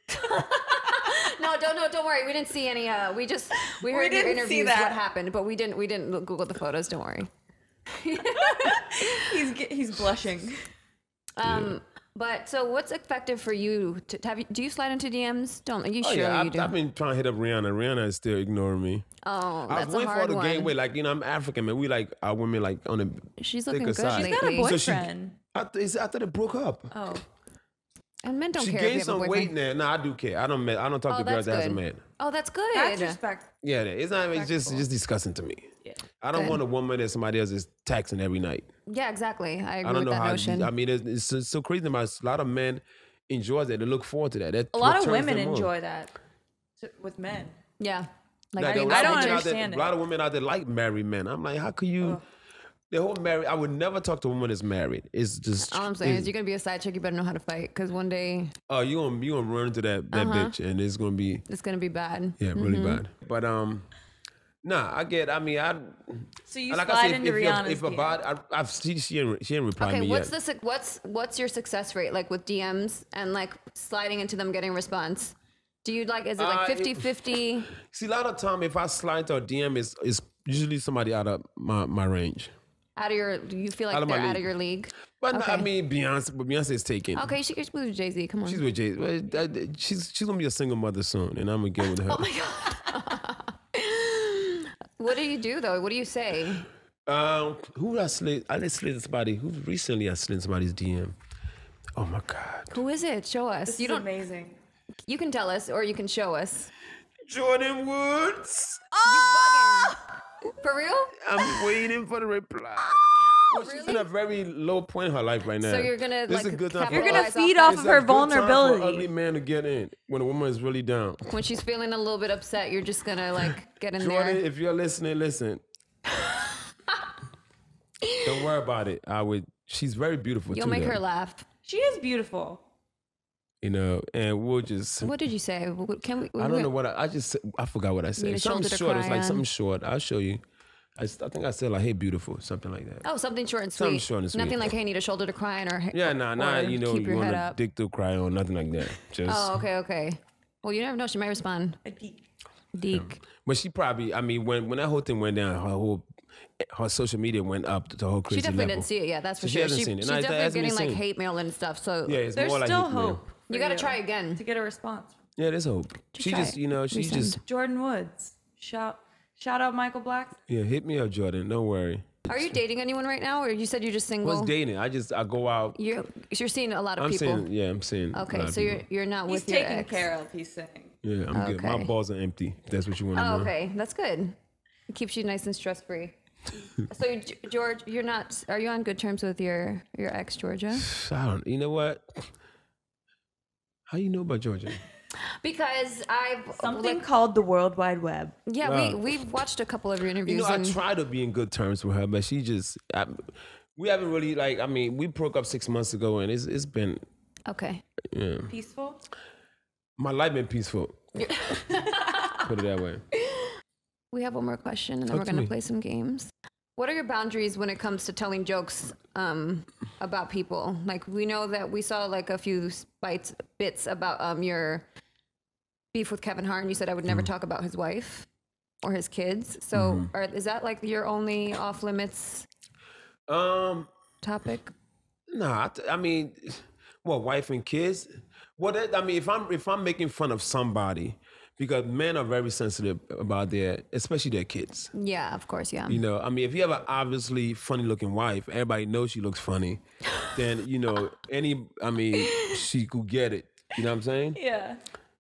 [SPEAKER 2] No, don't no, don't worry. We didn't see any. Uh, we just we heard your
[SPEAKER 3] didn't see
[SPEAKER 2] interviews.
[SPEAKER 3] that.
[SPEAKER 2] What happened? But we didn't we didn't look- Google the photos. Don't worry.
[SPEAKER 3] He's ge- he's blushing.
[SPEAKER 2] Um, but so what's effective for you? To, have you, do you slide into DMs? Don't you? Sure,
[SPEAKER 1] Oh, yeah,
[SPEAKER 2] you
[SPEAKER 1] I've,
[SPEAKER 2] do.
[SPEAKER 1] I've been trying to hit up Rihanna. Rihanna is still ignoring me.
[SPEAKER 2] oh,
[SPEAKER 1] I
[SPEAKER 2] that's a
[SPEAKER 1] went for all
[SPEAKER 2] hard
[SPEAKER 1] the
[SPEAKER 2] one.
[SPEAKER 1] gateway. Like you know, I'm African man. We like our women like on the.
[SPEAKER 2] She's looking
[SPEAKER 1] thicker
[SPEAKER 2] good
[SPEAKER 1] side.
[SPEAKER 2] lately.
[SPEAKER 1] She's
[SPEAKER 3] Got a
[SPEAKER 1] So she-
[SPEAKER 3] boyfriend.
[SPEAKER 1] I, th- it's- I thought it broke up.
[SPEAKER 3] oh,
[SPEAKER 2] and men don't
[SPEAKER 1] she
[SPEAKER 2] care if you
[SPEAKER 1] gained
[SPEAKER 2] have a
[SPEAKER 1] some weight
[SPEAKER 2] boyfriend.
[SPEAKER 1] now. No, I do care. I don't. ma- I don't talk
[SPEAKER 2] Oh,
[SPEAKER 1] to girls
[SPEAKER 2] that's
[SPEAKER 1] that has a man.
[SPEAKER 2] good. Oh, that's good.
[SPEAKER 3] that's respect.
[SPEAKER 1] Yeah, it's not. It's just it's just disgusting to me. I don't
[SPEAKER 2] Good.
[SPEAKER 1] want a woman that somebody else is taxing every night.
[SPEAKER 2] yeah, exactly. I agree
[SPEAKER 1] I don't
[SPEAKER 2] with
[SPEAKER 1] know
[SPEAKER 2] that
[SPEAKER 1] how.
[SPEAKER 2] notion.
[SPEAKER 1] I mean, it's, it's so- so crazy. About a lot of men enjoy that. They look forward to that. That
[SPEAKER 3] A lot of women enjoy that So- with men.
[SPEAKER 2] yeah, like
[SPEAKER 1] Like,
[SPEAKER 2] being
[SPEAKER 1] a lot
[SPEAKER 3] I
[SPEAKER 1] of
[SPEAKER 3] don't
[SPEAKER 1] women out
[SPEAKER 3] understand
[SPEAKER 1] there,
[SPEAKER 3] it.
[SPEAKER 1] A lot of women out there like married men. I'm like, how could you? The whole married. I would never talk to a woman that's married. It's just.
[SPEAKER 2] All I'm saying is,
[SPEAKER 1] it's-
[SPEAKER 2] you're gonna be a side chick. You better know how to fight, because one day
[SPEAKER 1] oh, you gonna you gonna run into that that
[SPEAKER 2] Uh-huh.
[SPEAKER 1] bitch, and it's gonna be
[SPEAKER 2] it's gonna be bad.
[SPEAKER 1] yeah, really
[SPEAKER 2] Mm-hmm.
[SPEAKER 1] bad. But um, nah, I get. I mean, I.
[SPEAKER 3] So you
[SPEAKER 1] like
[SPEAKER 3] slide
[SPEAKER 1] I said,
[SPEAKER 3] into
[SPEAKER 1] if, if,
[SPEAKER 3] Rihanna's
[SPEAKER 1] you're- if a
[SPEAKER 3] DM.
[SPEAKER 1] bod, I, I've she she ain't, she ain't replied
[SPEAKER 2] Okay,
[SPEAKER 1] me
[SPEAKER 2] what's
[SPEAKER 1] yet.
[SPEAKER 2] the suc- what's what's your success rate like with DMs and like sliding into them getting response? Do you like is it
[SPEAKER 1] Uh,
[SPEAKER 2] like
[SPEAKER 1] it-
[SPEAKER 2] 50 50?
[SPEAKER 1] See, a lot of time if I slide to a DM, it's it's usually somebody out of my my range.
[SPEAKER 2] Out of your, do you feel like
[SPEAKER 1] Out of my
[SPEAKER 2] they're out
[SPEAKER 1] league.
[SPEAKER 2] of your league?
[SPEAKER 1] But no, I
[SPEAKER 2] Okay.
[SPEAKER 1] mean, Beyonce, but Beyonce's taken.
[SPEAKER 2] Okay, she could with Jay Z. Come on.
[SPEAKER 1] She's with Jay. well, that- that- She's she's gonna be a single mother soon, and I'm gonna get with
[SPEAKER 2] Oh
[SPEAKER 1] her.
[SPEAKER 2] what do you do though? What do you say?
[SPEAKER 1] Um, who I slid? I did slid somebody. Who recently I slid somebody's DM? Oh my god,
[SPEAKER 2] Who is it? Show us. You don't.
[SPEAKER 3] amazing.
[SPEAKER 2] You can tell us, or you can show us.
[SPEAKER 1] Jordan Woods. Ah!
[SPEAKER 2] For real?
[SPEAKER 1] I'm waiting for the reply. Well, She's in a very low point in her life right now.
[SPEAKER 2] Oh, So you're gonna,
[SPEAKER 1] This is
[SPEAKER 2] like,
[SPEAKER 1] a good time for
[SPEAKER 3] You're gonna
[SPEAKER 1] us.
[SPEAKER 2] Capitalize
[SPEAKER 3] feed
[SPEAKER 2] off
[SPEAKER 3] off
[SPEAKER 1] It's
[SPEAKER 2] that.
[SPEAKER 3] of
[SPEAKER 1] a
[SPEAKER 3] her
[SPEAKER 1] good time for an ugly
[SPEAKER 3] vulnerability.
[SPEAKER 1] man to get in when a woman is really down.
[SPEAKER 2] When she's feeling a little bit upset, you're just gonna like get in
[SPEAKER 1] Jordan,
[SPEAKER 2] there.
[SPEAKER 1] if you're listening, listen. Don't worry about it. I would. She's very beautiful
[SPEAKER 2] You'll
[SPEAKER 1] too.
[SPEAKER 2] make
[SPEAKER 1] though,
[SPEAKER 2] her laugh.
[SPEAKER 3] She is beautiful.
[SPEAKER 1] You know, and we'll just.
[SPEAKER 2] What did you say? What- Can we?
[SPEAKER 1] I don't know what I, I just. I forgot what I said.
[SPEAKER 2] Need a
[SPEAKER 1] Something
[SPEAKER 2] shoulder to
[SPEAKER 1] short. It's
[SPEAKER 2] cry
[SPEAKER 1] like something
[SPEAKER 2] on.
[SPEAKER 1] short. I'll show you. I, s- I think I said like, "Hey, beautiful," something like that.
[SPEAKER 2] Oh, something short and sweet.
[SPEAKER 1] Something short and sweet.
[SPEAKER 2] Nothing like, hey, need a shoulder to cry on, or
[SPEAKER 1] Yeah, nah, nah.
[SPEAKER 2] Oh, or
[SPEAKER 1] You know,
[SPEAKER 2] keep
[SPEAKER 1] you
[SPEAKER 2] your
[SPEAKER 1] want
[SPEAKER 2] head
[SPEAKER 1] to
[SPEAKER 2] up.
[SPEAKER 1] dick to cry or nothing like that. Just.
[SPEAKER 2] Oh, okay, okay. Well, you never know. She might respond.
[SPEAKER 3] A deep.
[SPEAKER 2] Deke.
[SPEAKER 1] But she probably. I mean, when when that whole thing went down, her whole her social media went up to the whole
[SPEAKER 2] She
[SPEAKER 1] crazy
[SPEAKER 2] definitely
[SPEAKER 1] level.
[SPEAKER 2] didn't see it. Yeah, that's for
[SPEAKER 1] She
[SPEAKER 2] sure.
[SPEAKER 1] hasn't
[SPEAKER 2] she,
[SPEAKER 1] seen it.
[SPEAKER 2] She's
[SPEAKER 1] No, it hasn't
[SPEAKER 2] definitely
[SPEAKER 1] been
[SPEAKER 2] getting like
[SPEAKER 1] seen.
[SPEAKER 2] hate mail and stuff. So
[SPEAKER 1] Yeah, it's
[SPEAKER 3] There's
[SPEAKER 1] more like
[SPEAKER 3] still
[SPEAKER 1] hate mail.
[SPEAKER 3] hope.
[SPEAKER 2] you got to try again.
[SPEAKER 3] to get a response.
[SPEAKER 1] Yeah, there's hope. she
[SPEAKER 2] try
[SPEAKER 1] just,
[SPEAKER 2] it.
[SPEAKER 1] you know, she
[SPEAKER 2] Resend.
[SPEAKER 1] just
[SPEAKER 3] Jordan Woods. Shout shout out Michael Black.
[SPEAKER 1] yeah. Hit me up, Jordan. Don't worry.
[SPEAKER 2] Are you dating anyone right now, or you said you're just
[SPEAKER 1] What's
[SPEAKER 2] single?
[SPEAKER 1] dating? I just I go out.
[SPEAKER 2] You're you're seeing a lot of
[SPEAKER 1] I'm
[SPEAKER 2] people.
[SPEAKER 1] saying yeah. I'm saying.
[SPEAKER 2] okay, so you're you're not
[SPEAKER 3] He's
[SPEAKER 2] with your
[SPEAKER 3] taken
[SPEAKER 2] ex.
[SPEAKER 3] care of, he's saying.
[SPEAKER 1] Yeah, I'm good. My
[SPEAKER 2] Okay.
[SPEAKER 1] balls are empty. if That's what you want to
[SPEAKER 2] Oh,
[SPEAKER 1] know.
[SPEAKER 2] okay, that's good. It keeps you nice and stress free. so you, George, you're not. Are you on good terms with your your ex, Georgia?
[SPEAKER 1] I don't. You know what? How you know about Georgia?
[SPEAKER 2] Because I've
[SPEAKER 3] Something
[SPEAKER 2] like-
[SPEAKER 3] called the World Wide Web.
[SPEAKER 2] yeah, we
[SPEAKER 1] Wow.
[SPEAKER 2] we've watched a couple of your
[SPEAKER 1] You
[SPEAKER 2] interviews.
[SPEAKER 1] know, I
[SPEAKER 2] and-
[SPEAKER 1] try to be in good terms with her, but she just. I, we haven't really like. I mean, we broke up six months ago, and it's it's been
[SPEAKER 2] okay,
[SPEAKER 1] yeah.
[SPEAKER 3] Peaceful.
[SPEAKER 1] My life been peaceful. Put it that way.
[SPEAKER 2] we have one more question, and then
[SPEAKER 1] Talk
[SPEAKER 2] we're
[SPEAKER 1] to
[SPEAKER 2] gonna
[SPEAKER 1] me.
[SPEAKER 2] play some games. What are your boundaries when it comes to telling jokes um, about people? Like we know that we saw like a few bites bits about um, your beef with Kevin Hart, and you said I would never
[SPEAKER 1] Mm-hmm.
[SPEAKER 2] talk about his wife or his kids. So, are, is that like your only off limits
[SPEAKER 1] Um.
[SPEAKER 2] topic?
[SPEAKER 1] Nah, I, th- I mean, well, wife and kids. Well, that, I mean, if I'm if I'm making fun of somebody, because men are very sensitive about their, especially their kids.
[SPEAKER 2] Yeah, of course. Yeah.
[SPEAKER 1] You know, I mean, if you have an obviously funny looking wife, everybody knows she looks funny. Then you know, any, I mean, she could get it. You know what I'm saying?
[SPEAKER 3] Yeah.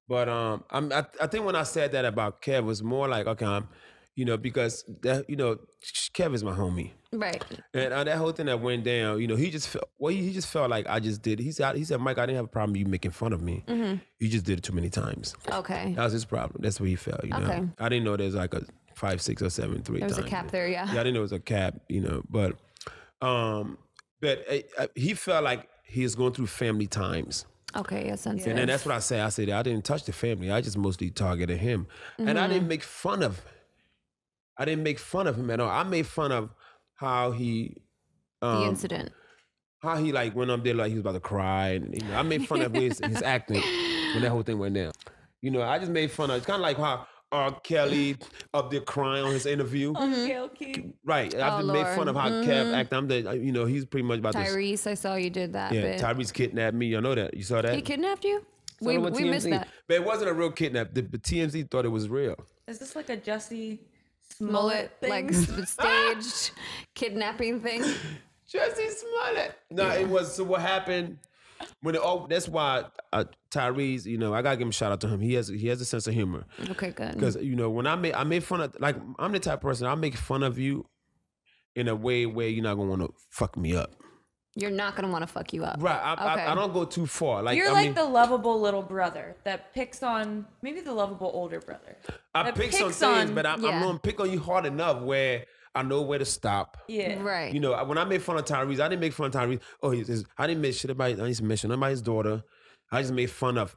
[SPEAKER 1] But um, I'm, I, I think when I said that about Kev, it was more like, okay, I'm, you know, because that, you know, Kev is my homie.
[SPEAKER 2] Right.
[SPEAKER 1] And uh, that whole thing that went down, you know, he just felt well, he, he just felt like I just did. He said, he said, Mike, I didn't have a problem you making fun of me.
[SPEAKER 2] Mm-hmm.
[SPEAKER 1] You just did it too many times.
[SPEAKER 2] Okay.
[SPEAKER 1] That was his problem. That's what he felt. You know,
[SPEAKER 2] Okay.
[SPEAKER 1] I didn't know there's like a five, six, or seven, three.
[SPEAKER 2] There was a
[SPEAKER 1] times.
[SPEAKER 2] cap there.
[SPEAKER 1] Yeah, I
[SPEAKER 2] Yeah.
[SPEAKER 1] didn't know it was a cap. You know, but um, but uh, uh, he felt like he is going through family times.
[SPEAKER 2] Okay. Yeah. Sense.
[SPEAKER 1] And then that's what I say. I said I didn't touch the family. I just mostly targeted him, and I
[SPEAKER 2] Mm-hmm.
[SPEAKER 1] didn't make fun of. I didn't make fun of him at all. I made fun of how he,
[SPEAKER 2] the
[SPEAKER 1] um,
[SPEAKER 2] incident.
[SPEAKER 1] how he like went up there like he was about to cry, and you know, I made fun of his, his acting when that whole thing went down. You know, I just made fun of. It's kind of like how R. Kelly up there crying on his interview,
[SPEAKER 3] Gayle King.
[SPEAKER 1] right? I
[SPEAKER 2] Oh,
[SPEAKER 1] just made
[SPEAKER 2] Lord.
[SPEAKER 1] fun of how
[SPEAKER 2] mm-hmm.
[SPEAKER 1] Kev acted. I'm the, uh, you know, he's pretty much about to.
[SPEAKER 2] Tyrese, I saw you did that.
[SPEAKER 1] Yeah,
[SPEAKER 2] bit.
[SPEAKER 1] Tyrese kidnapped me. I know that. You saw that.
[SPEAKER 2] he kidnapped you.
[SPEAKER 1] So
[SPEAKER 2] We,
[SPEAKER 1] what
[SPEAKER 2] we
[SPEAKER 1] TMZ
[SPEAKER 2] missed that.
[SPEAKER 1] But it wasn't a real kidnap. The, the TMZ thought it was real.
[SPEAKER 3] Is this like a Jussie
[SPEAKER 2] mullet,
[SPEAKER 3] Smollett thing?
[SPEAKER 2] like s- staged kidnapping thing.
[SPEAKER 1] Jesse Smollett. No, it was. So what happened? When it, oh, that's why uh, Tyrese. You know, I gotta give him a shout out to him. He has he has a sense of humor.
[SPEAKER 2] Okay, good.
[SPEAKER 1] Because you know, when I made I made fun of like I'm the type of person I make fun of you in a way where you're not gonna want to fuck me up.
[SPEAKER 2] You're not gonna want to fuck you up.
[SPEAKER 1] Right. I,
[SPEAKER 2] Okay.
[SPEAKER 1] I, I don't go too far. Like
[SPEAKER 3] You're
[SPEAKER 1] I
[SPEAKER 3] like
[SPEAKER 1] mean,
[SPEAKER 3] the lovable little brother that picks on maybe the lovable older brother.
[SPEAKER 1] I
[SPEAKER 3] that
[SPEAKER 1] pick some
[SPEAKER 3] picks
[SPEAKER 1] things,
[SPEAKER 3] on-
[SPEAKER 1] but I'm,
[SPEAKER 2] yeah.
[SPEAKER 1] I'm gonna pick on you hard enough where I know where to stop.
[SPEAKER 3] Yeah.
[SPEAKER 2] Right.
[SPEAKER 1] You know, when I made fun of Tyrese, I didn't make fun of Tyrese. Oh, he's, he's- I didn't make shit about. I didn't mention about his daughter. I just made fun of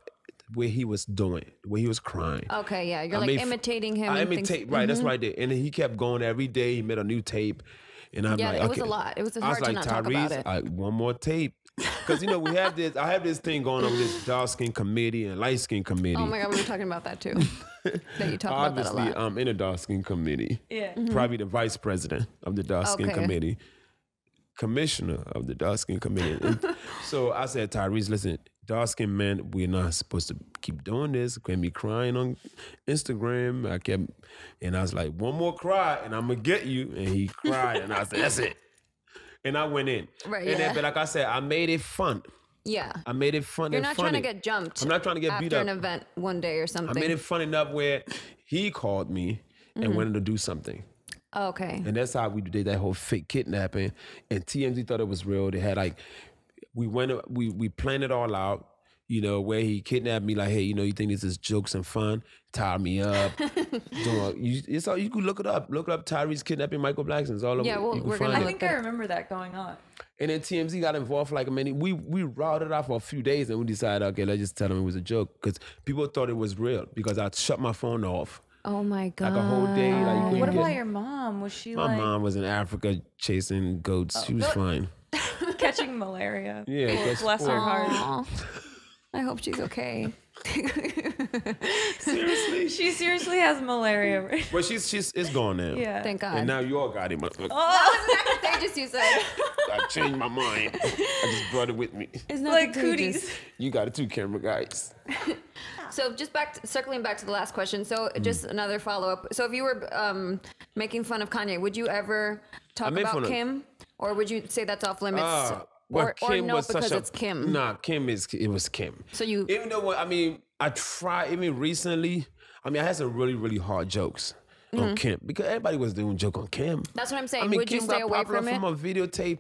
[SPEAKER 1] where he was doing, where he was crying.
[SPEAKER 2] okay, yeah. You're
[SPEAKER 1] I
[SPEAKER 2] Oh, like
[SPEAKER 1] made f-
[SPEAKER 2] imitating him.
[SPEAKER 1] I
[SPEAKER 2] and
[SPEAKER 1] imitate,
[SPEAKER 2] things- Mm-hmm.
[SPEAKER 1] right? That's what I did. And then he kept going every day. He made a new tape, and I'm
[SPEAKER 2] Yeah,
[SPEAKER 1] like,
[SPEAKER 2] it was
[SPEAKER 1] okay.
[SPEAKER 2] a lot. It was
[SPEAKER 1] I was
[SPEAKER 2] hard
[SPEAKER 1] like,
[SPEAKER 2] to not
[SPEAKER 1] Tyrese,
[SPEAKER 2] talk about it.
[SPEAKER 1] I, one more tape, because you know we have this. I have this thing going on with this dark skin committee and light skin committee.
[SPEAKER 2] oh my god, we were talking about that too. that you talk about that a
[SPEAKER 1] Obviously, um,
[SPEAKER 2] lot. Mm-hmm.
[SPEAKER 1] I'm in a dark skin committee.
[SPEAKER 3] Yeah.
[SPEAKER 1] Probably the vice president of the dark skin
[SPEAKER 2] Okay.
[SPEAKER 1] committee. commissioner of the Dark Skin Committee. And so I said, Tyrese, listen, dark skin men, we're not supposed to keep doing this. Can be crying on Instagram. I kept, and I was like, one more cry, and I'm gonna get you. And he cried, and I said, that's it. And I went in.
[SPEAKER 2] Right,
[SPEAKER 1] And
[SPEAKER 2] yeah.
[SPEAKER 1] then, but like I said, I made it fun.
[SPEAKER 2] Yeah.
[SPEAKER 1] I made it fun.
[SPEAKER 2] You're
[SPEAKER 1] and
[SPEAKER 2] not
[SPEAKER 1] funny.
[SPEAKER 2] trying to get jumped.
[SPEAKER 1] I'm not trying to get
[SPEAKER 2] after
[SPEAKER 1] beat
[SPEAKER 2] an
[SPEAKER 1] up.
[SPEAKER 2] event one day or
[SPEAKER 1] I
[SPEAKER 2] something.
[SPEAKER 1] made it fun enough where he called me
[SPEAKER 2] Mm-hmm.
[SPEAKER 1] and wanted to do something.
[SPEAKER 2] Oh, okay.
[SPEAKER 1] And that's how we did that whole fake kidnapping. And TMZ thought it was real. They had like, we went, we we planned it all out. You know, where he kidnapped me, like, hey, you know, you think this is jokes and fun? Tie me up. doing, you, it's all you can look it up. Look up Tyrese kidnapping Michael Blackson. It's all over.
[SPEAKER 2] Yeah, well,
[SPEAKER 1] you can
[SPEAKER 2] we're gonna
[SPEAKER 1] find
[SPEAKER 3] I
[SPEAKER 1] it.
[SPEAKER 3] think I remember that going on.
[SPEAKER 1] And then TMZ got involved for like a minute. We we routed out for a few days and we decided, okay, let's just tell them it was a joke. Because people thought it was real because I shut my phone off.
[SPEAKER 2] Oh my god.
[SPEAKER 1] Like a whole day, like
[SPEAKER 2] Oh,
[SPEAKER 1] you
[SPEAKER 3] Ah. What
[SPEAKER 1] couldn't
[SPEAKER 3] about
[SPEAKER 1] get-
[SPEAKER 3] your mom? Was she
[SPEAKER 1] My
[SPEAKER 3] like Oh.
[SPEAKER 1] mom was in Africa chasing goats. She was fine.
[SPEAKER 3] catching malaria?
[SPEAKER 1] Yeah,
[SPEAKER 3] Well,
[SPEAKER 1] that's
[SPEAKER 3] bless her
[SPEAKER 1] cool.
[SPEAKER 3] heart.
[SPEAKER 2] I hope she's okay. Oh.
[SPEAKER 1] Seriously.
[SPEAKER 3] She seriously has malaria. Right?
[SPEAKER 1] But she's she's it's gone now.
[SPEAKER 3] Yeah. Oh.
[SPEAKER 2] Thank God.
[SPEAKER 1] And now you all got it. motherfucker.
[SPEAKER 2] contagious, you said.
[SPEAKER 1] I changed my mind. I just brought it with me.
[SPEAKER 2] It's not
[SPEAKER 3] like
[SPEAKER 2] contagious.
[SPEAKER 3] cooties.
[SPEAKER 1] You got it too, camera guys.
[SPEAKER 2] So just back, to, circling back to the last question. So
[SPEAKER 1] Hmm.
[SPEAKER 2] just another follow up. So if you were um, making fun of Kanye, would you ever talk
[SPEAKER 1] made fun
[SPEAKER 2] about
[SPEAKER 1] of-
[SPEAKER 2] Kim, or would you say that's off limits?
[SPEAKER 1] Ah,
[SPEAKER 2] or,
[SPEAKER 1] but
[SPEAKER 2] or no, because it's Kim.
[SPEAKER 1] Nah, Kim is it was Kim.
[SPEAKER 2] So you-
[SPEAKER 1] even though I mean I tried even recently. I mean I had some really really hard jokes on Kim because everybody was doing joke on Kim.
[SPEAKER 2] Mm-hmm. That's what I'm saying.
[SPEAKER 1] I mean,
[SPEAKER 2] Would you
[SPEAKER 1] Kim
[SPEAKER 2] stay
[SPEAKER 1] got
[SPEAKER 2] away
[SPEAKER 1] popular
[SPEAKER 2] from it?
[SPEAKER 1] a videotape.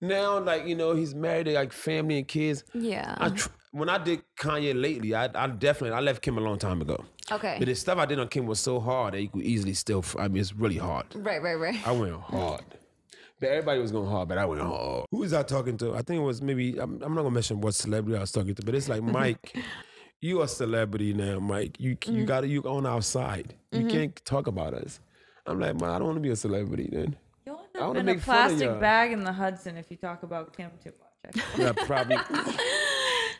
[SPEAKER 1] Now, like you know, he's married to like family and kids.
[SPEAKER 2] Yeah.
[SPEAKER 1] I tr- when I did Kanye lately, I, I definitely I left Kim a long time ago.
[SPEAKER 2] Okay.
[SPEAKER 1] But the stuff I did on Kim was so hard that you could easily still. f- I mean, it's really hard.
[SPEAKER 2] right, right, right.
[SPEAKER 1] I went hard. But everybody was going hard, but I went hard. Who was I talking to? I think it was maybe I'm, I'm not gonna mention what celebrity I was talking to, but it's like Mike, you a celebrity now, Mike. You you got to you on our side. You can't talk about us. I'm like, man, I don't want to be a celebrity then.
[SPEAKER 3] You'll
[SPEAKER 1] I
[SPEAKER 3] end up
[SPEAKER 1] wanna
[SPEAKER 3] in a
[SPEAKER 1] make fun of
[SPEAKER 3] plastic
[SPEAKER 1] y'all.
[SPEAKER 3] bag in the Hudson if you talk about Kim too much. I think.
[SPEAKER 1] Yeah, probably.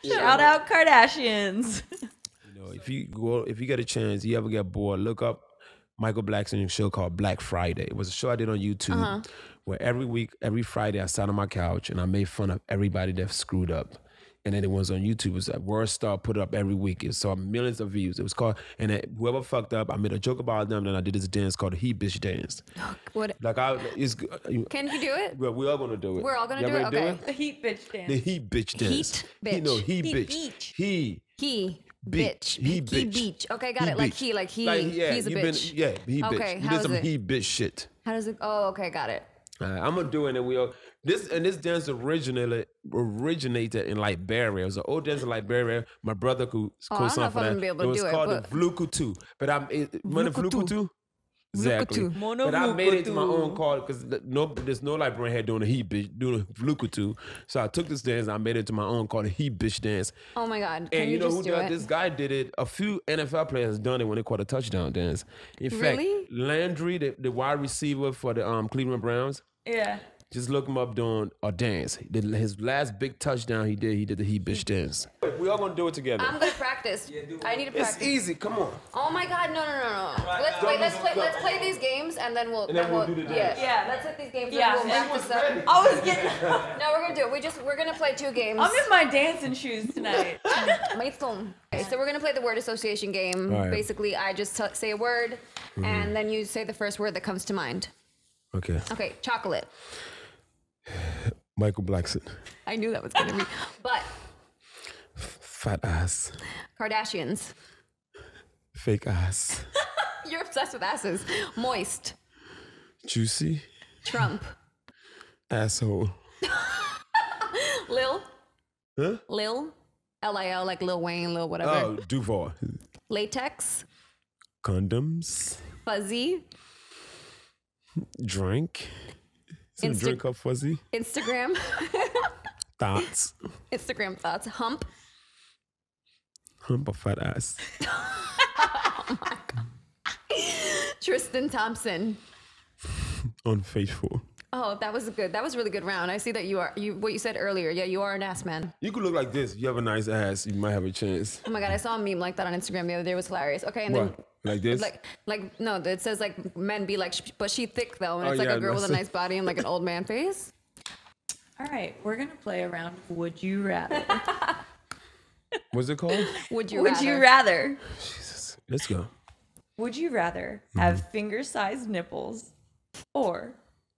[SPEAKER 3] Shout out Kardashians.
[SPEAKER 1] you know, if you go, if you get a chance, you ever get bored, look up Michael Blackson's show called Black Friday. It was a show I did on YouTube
[SPEAKER 2] Uh-huh.
[SPEAKER 1] where every week, every Friday, I sat on my couch and I made fun of everybody that screwed up. And then it was on YouTube. It was like World Star put it up every week. It saw millions of views. It was called, and it, whoever fucked up, I made a joke about them. Then I did this dance called the He Bitch Dance.
[SPEAKER 2] What?
[SPEAKER 1] Like I, it's, uh, you-
[SPEAKER 2] Can you do it?
[SPEAKER 1] well, we are gonna do it.
[SPEAKER 2] We're all gonna
[SPEAKER 1] Y'all
[SPEAKER 2] do it? Okay.
[SPEAKER 3] The heat bitch dance.
[SPEAKER 1] The He Bitch Dance.
[SPEAKER 2] Heat
[SPEAKER 1] He, no,
[SPEAKER 2] bitch.
[SPEAKER 1] He,
[SPEAKER 3] He
[SPEAKER 1] bitch.
[SPEAKER 3] beach.
[SPEAKER 1] He
[SPEAKER 2] He
[SPEAKER 1] bitch.
[SPEAKER 2] bitch.
[SPEAKER 1] He bitch.
[SPEAKER 2] beach. Okay, got it. Like he, like he. he's a
[SPEAKER 1] you been-
[SPEAKER 2] bitch.
[SPEAKER 1] yeah, he bitch.
[SPEAKER 2] Okay,
[SPEAKER 1] we
[SPEAKER 2] how
[SPEAKER 1] did
[SPEAKER 2] is
[SPEAKER 1] some
[SPEAKER 2] it?
[SPEAKER 1] he bitch shit.
[SPEAKER 2] How does it? Oh, okay, got it.
[SPEAKER 1] Uh, I'm gonna do it, and we all this and this dance originally originated in Liberia. It was an old dance in Liberia. My brother could
[SPEAKER 2] Oh, I
[SPEAKER 1] co
[SPEAKER 2] don't know
[SPEAKER 1] signed
[SPEAKER 2] if
[SPEAKER 1] for
[SPEAKER 2] I'm
[SPEAKER 1] that.
[SPEAKER 2] gonna be able
[SPEAKER 1] it
[SPEAKER 2] to
[SPEAKER 1] was
[SPEAKER 2] do it,
[SPEAKER 1] called
[SPEAKER 2] but-
[SPEAKER 1] the Vlukutu. But I'm it, Mana
[SPEAKER 2] Vlukutu.
[SPEAKER 1] Vlukutu. Exactly.
[SPEAKER 2] Vlukutu.
[SPEAKER 3] Mono
[SPEAKER 1] But I made it to my
[SPEAKER 3] Vlukutu.
[SPEAKER 1] own call because no, there's no Liberian head doing a he bitch doing a Vlukutu. So I took this dance. I made it to my own called a he bitch dance.
[SPEAKER 2] Oh my God. Can
[SPEAKER 1] And you, know
[SPEAKER 2] just
[SPEAKER 1] who
[SPEAKER 2] do
[SPEAKER 1] does
[SPEAKER 2] it?
[SPEAKER 1] this guy did it? A few NFL players done it when they caught a touchdown dance. In
[SPEAKER 2] Really?
[SPEAKER 1] fact, Landry, the, the wide receiver for the um, Cleveland Browns,
[SPEAKER 3] yeah.
[SPEAKER 1] just look him up doing a dance. He did his last big touchdown he did, he did the he bitch dance. We all gonna do it together.
[SPEAKER 2] I'm gonna practice. I need to practice.
[SPEAKER 1] it's easy. Come on.
[SPEAKER 2] Oh my God! No, no, no, no. Let's play. Let's play. Let's play these games, and then we'll.
[SPEAKER 1] And then we'll do the
[SPEAKER 2] yeah.
[SPEAKER 1] dance.
[SPEAKER 2] yeah. Let's hit these games. Yeah.
[SPEAKER 3] Yeah.
[SPEAKER 2] We'll wrap
[SPEAKER 3] Everyone's
[SPEAKER 2] this up.
[SPEAKER 3] I was getting.
[SPEAKER 2] No, we're gonna do it. We just we're gonna play two games.
[SPEAKER 3] I'm in my dancing shoes tonight.
[SPEAKER 2] Maitong. Okay, so we're gonna play the word association game.
[SPEAKER 1] All right. Mm-hmm.
[SPEAKER 2] Basically, I just t- say a word, and then you say the first word that comes to mind.
[SPEAKER 1] Okay.
[SPEAKER 2] Okay, chocolate.
[SPEAKER 1] Michael Blackson.
[SPEAKER 2] I knew that was gonna be. But
[SPEAKER 1] Fat ass.
[SPEAKER 2] Kardashians.
[SPEAKER 1] Fake ass.
[SPEAKER 2] You're obsessed with asses. Moist.
[SPEAKER 1] Juicy.
[SPEAKER 2] Trump.
[SPEAKER 1] Asshole.
[SPEAKER 2] Lil.
[SPEAKER 1] Huh?
[SPEAKER 2] Lil. L I L like Lil Wayne, Lil whatever.
[SPEAKER 1] Oh, Duval.
[SPEAKER 2] Latex.
[SPEAKER 1] Condoms.
[SPEAKER 2] Fuzzy.
[SPEAKER 1] Drink. Some
[SPEAKER 2] Insta-
[SPEAKER 1] drink up fuzzy.
[SPEAKER 2] Instagram.
[SPEAKER 1] Thoughts.
[SPEAKER 2] Instagram thoughts. Hump.
[SPEAKER 1] Hump a fat ass.
[SPEAKER 2] Tristan Thompson.
[SPEAKER 1] Unfaithful.
[SPEAKER 2] Oh, that was a good. That was a really good round. I see that you are you what you said earlier. Yeah, you are an ass man.
[SPEAKER 1] You could look like this. You have a nice ass. You might have a chance.
[SPEAKER 2] Oh my god, I saw a meme like that on Instagram the other day. It was hilarious. Okay, and then
[SPEAKER 1] What? Like this?
[SPEAKER 2] like like no, it says like men be like, "Sh- but she thick though, and
[SPEAKER 1] Oh,
[SPEAKER 2] it's like
[SPEAKER 1] yeah,
[SPEAKER 2] a girl with a
[SPEAKER 1] that's-
[SPEAKER 2] nice body and like an old man face.
[SPEAKER 3] All right, we're gonna play around. Would you rather?
[SPEAKER 1] What's it called?
[SPEAKER 2] Would you?
[SPEAKER 3] Would
[SPEAKER 2] rather?
[SPEAKER 3] you rather?
[SPEAKER 1] Jesus. Let's go.
[SPEAKER 3] Would you rather have finger-sized nipples or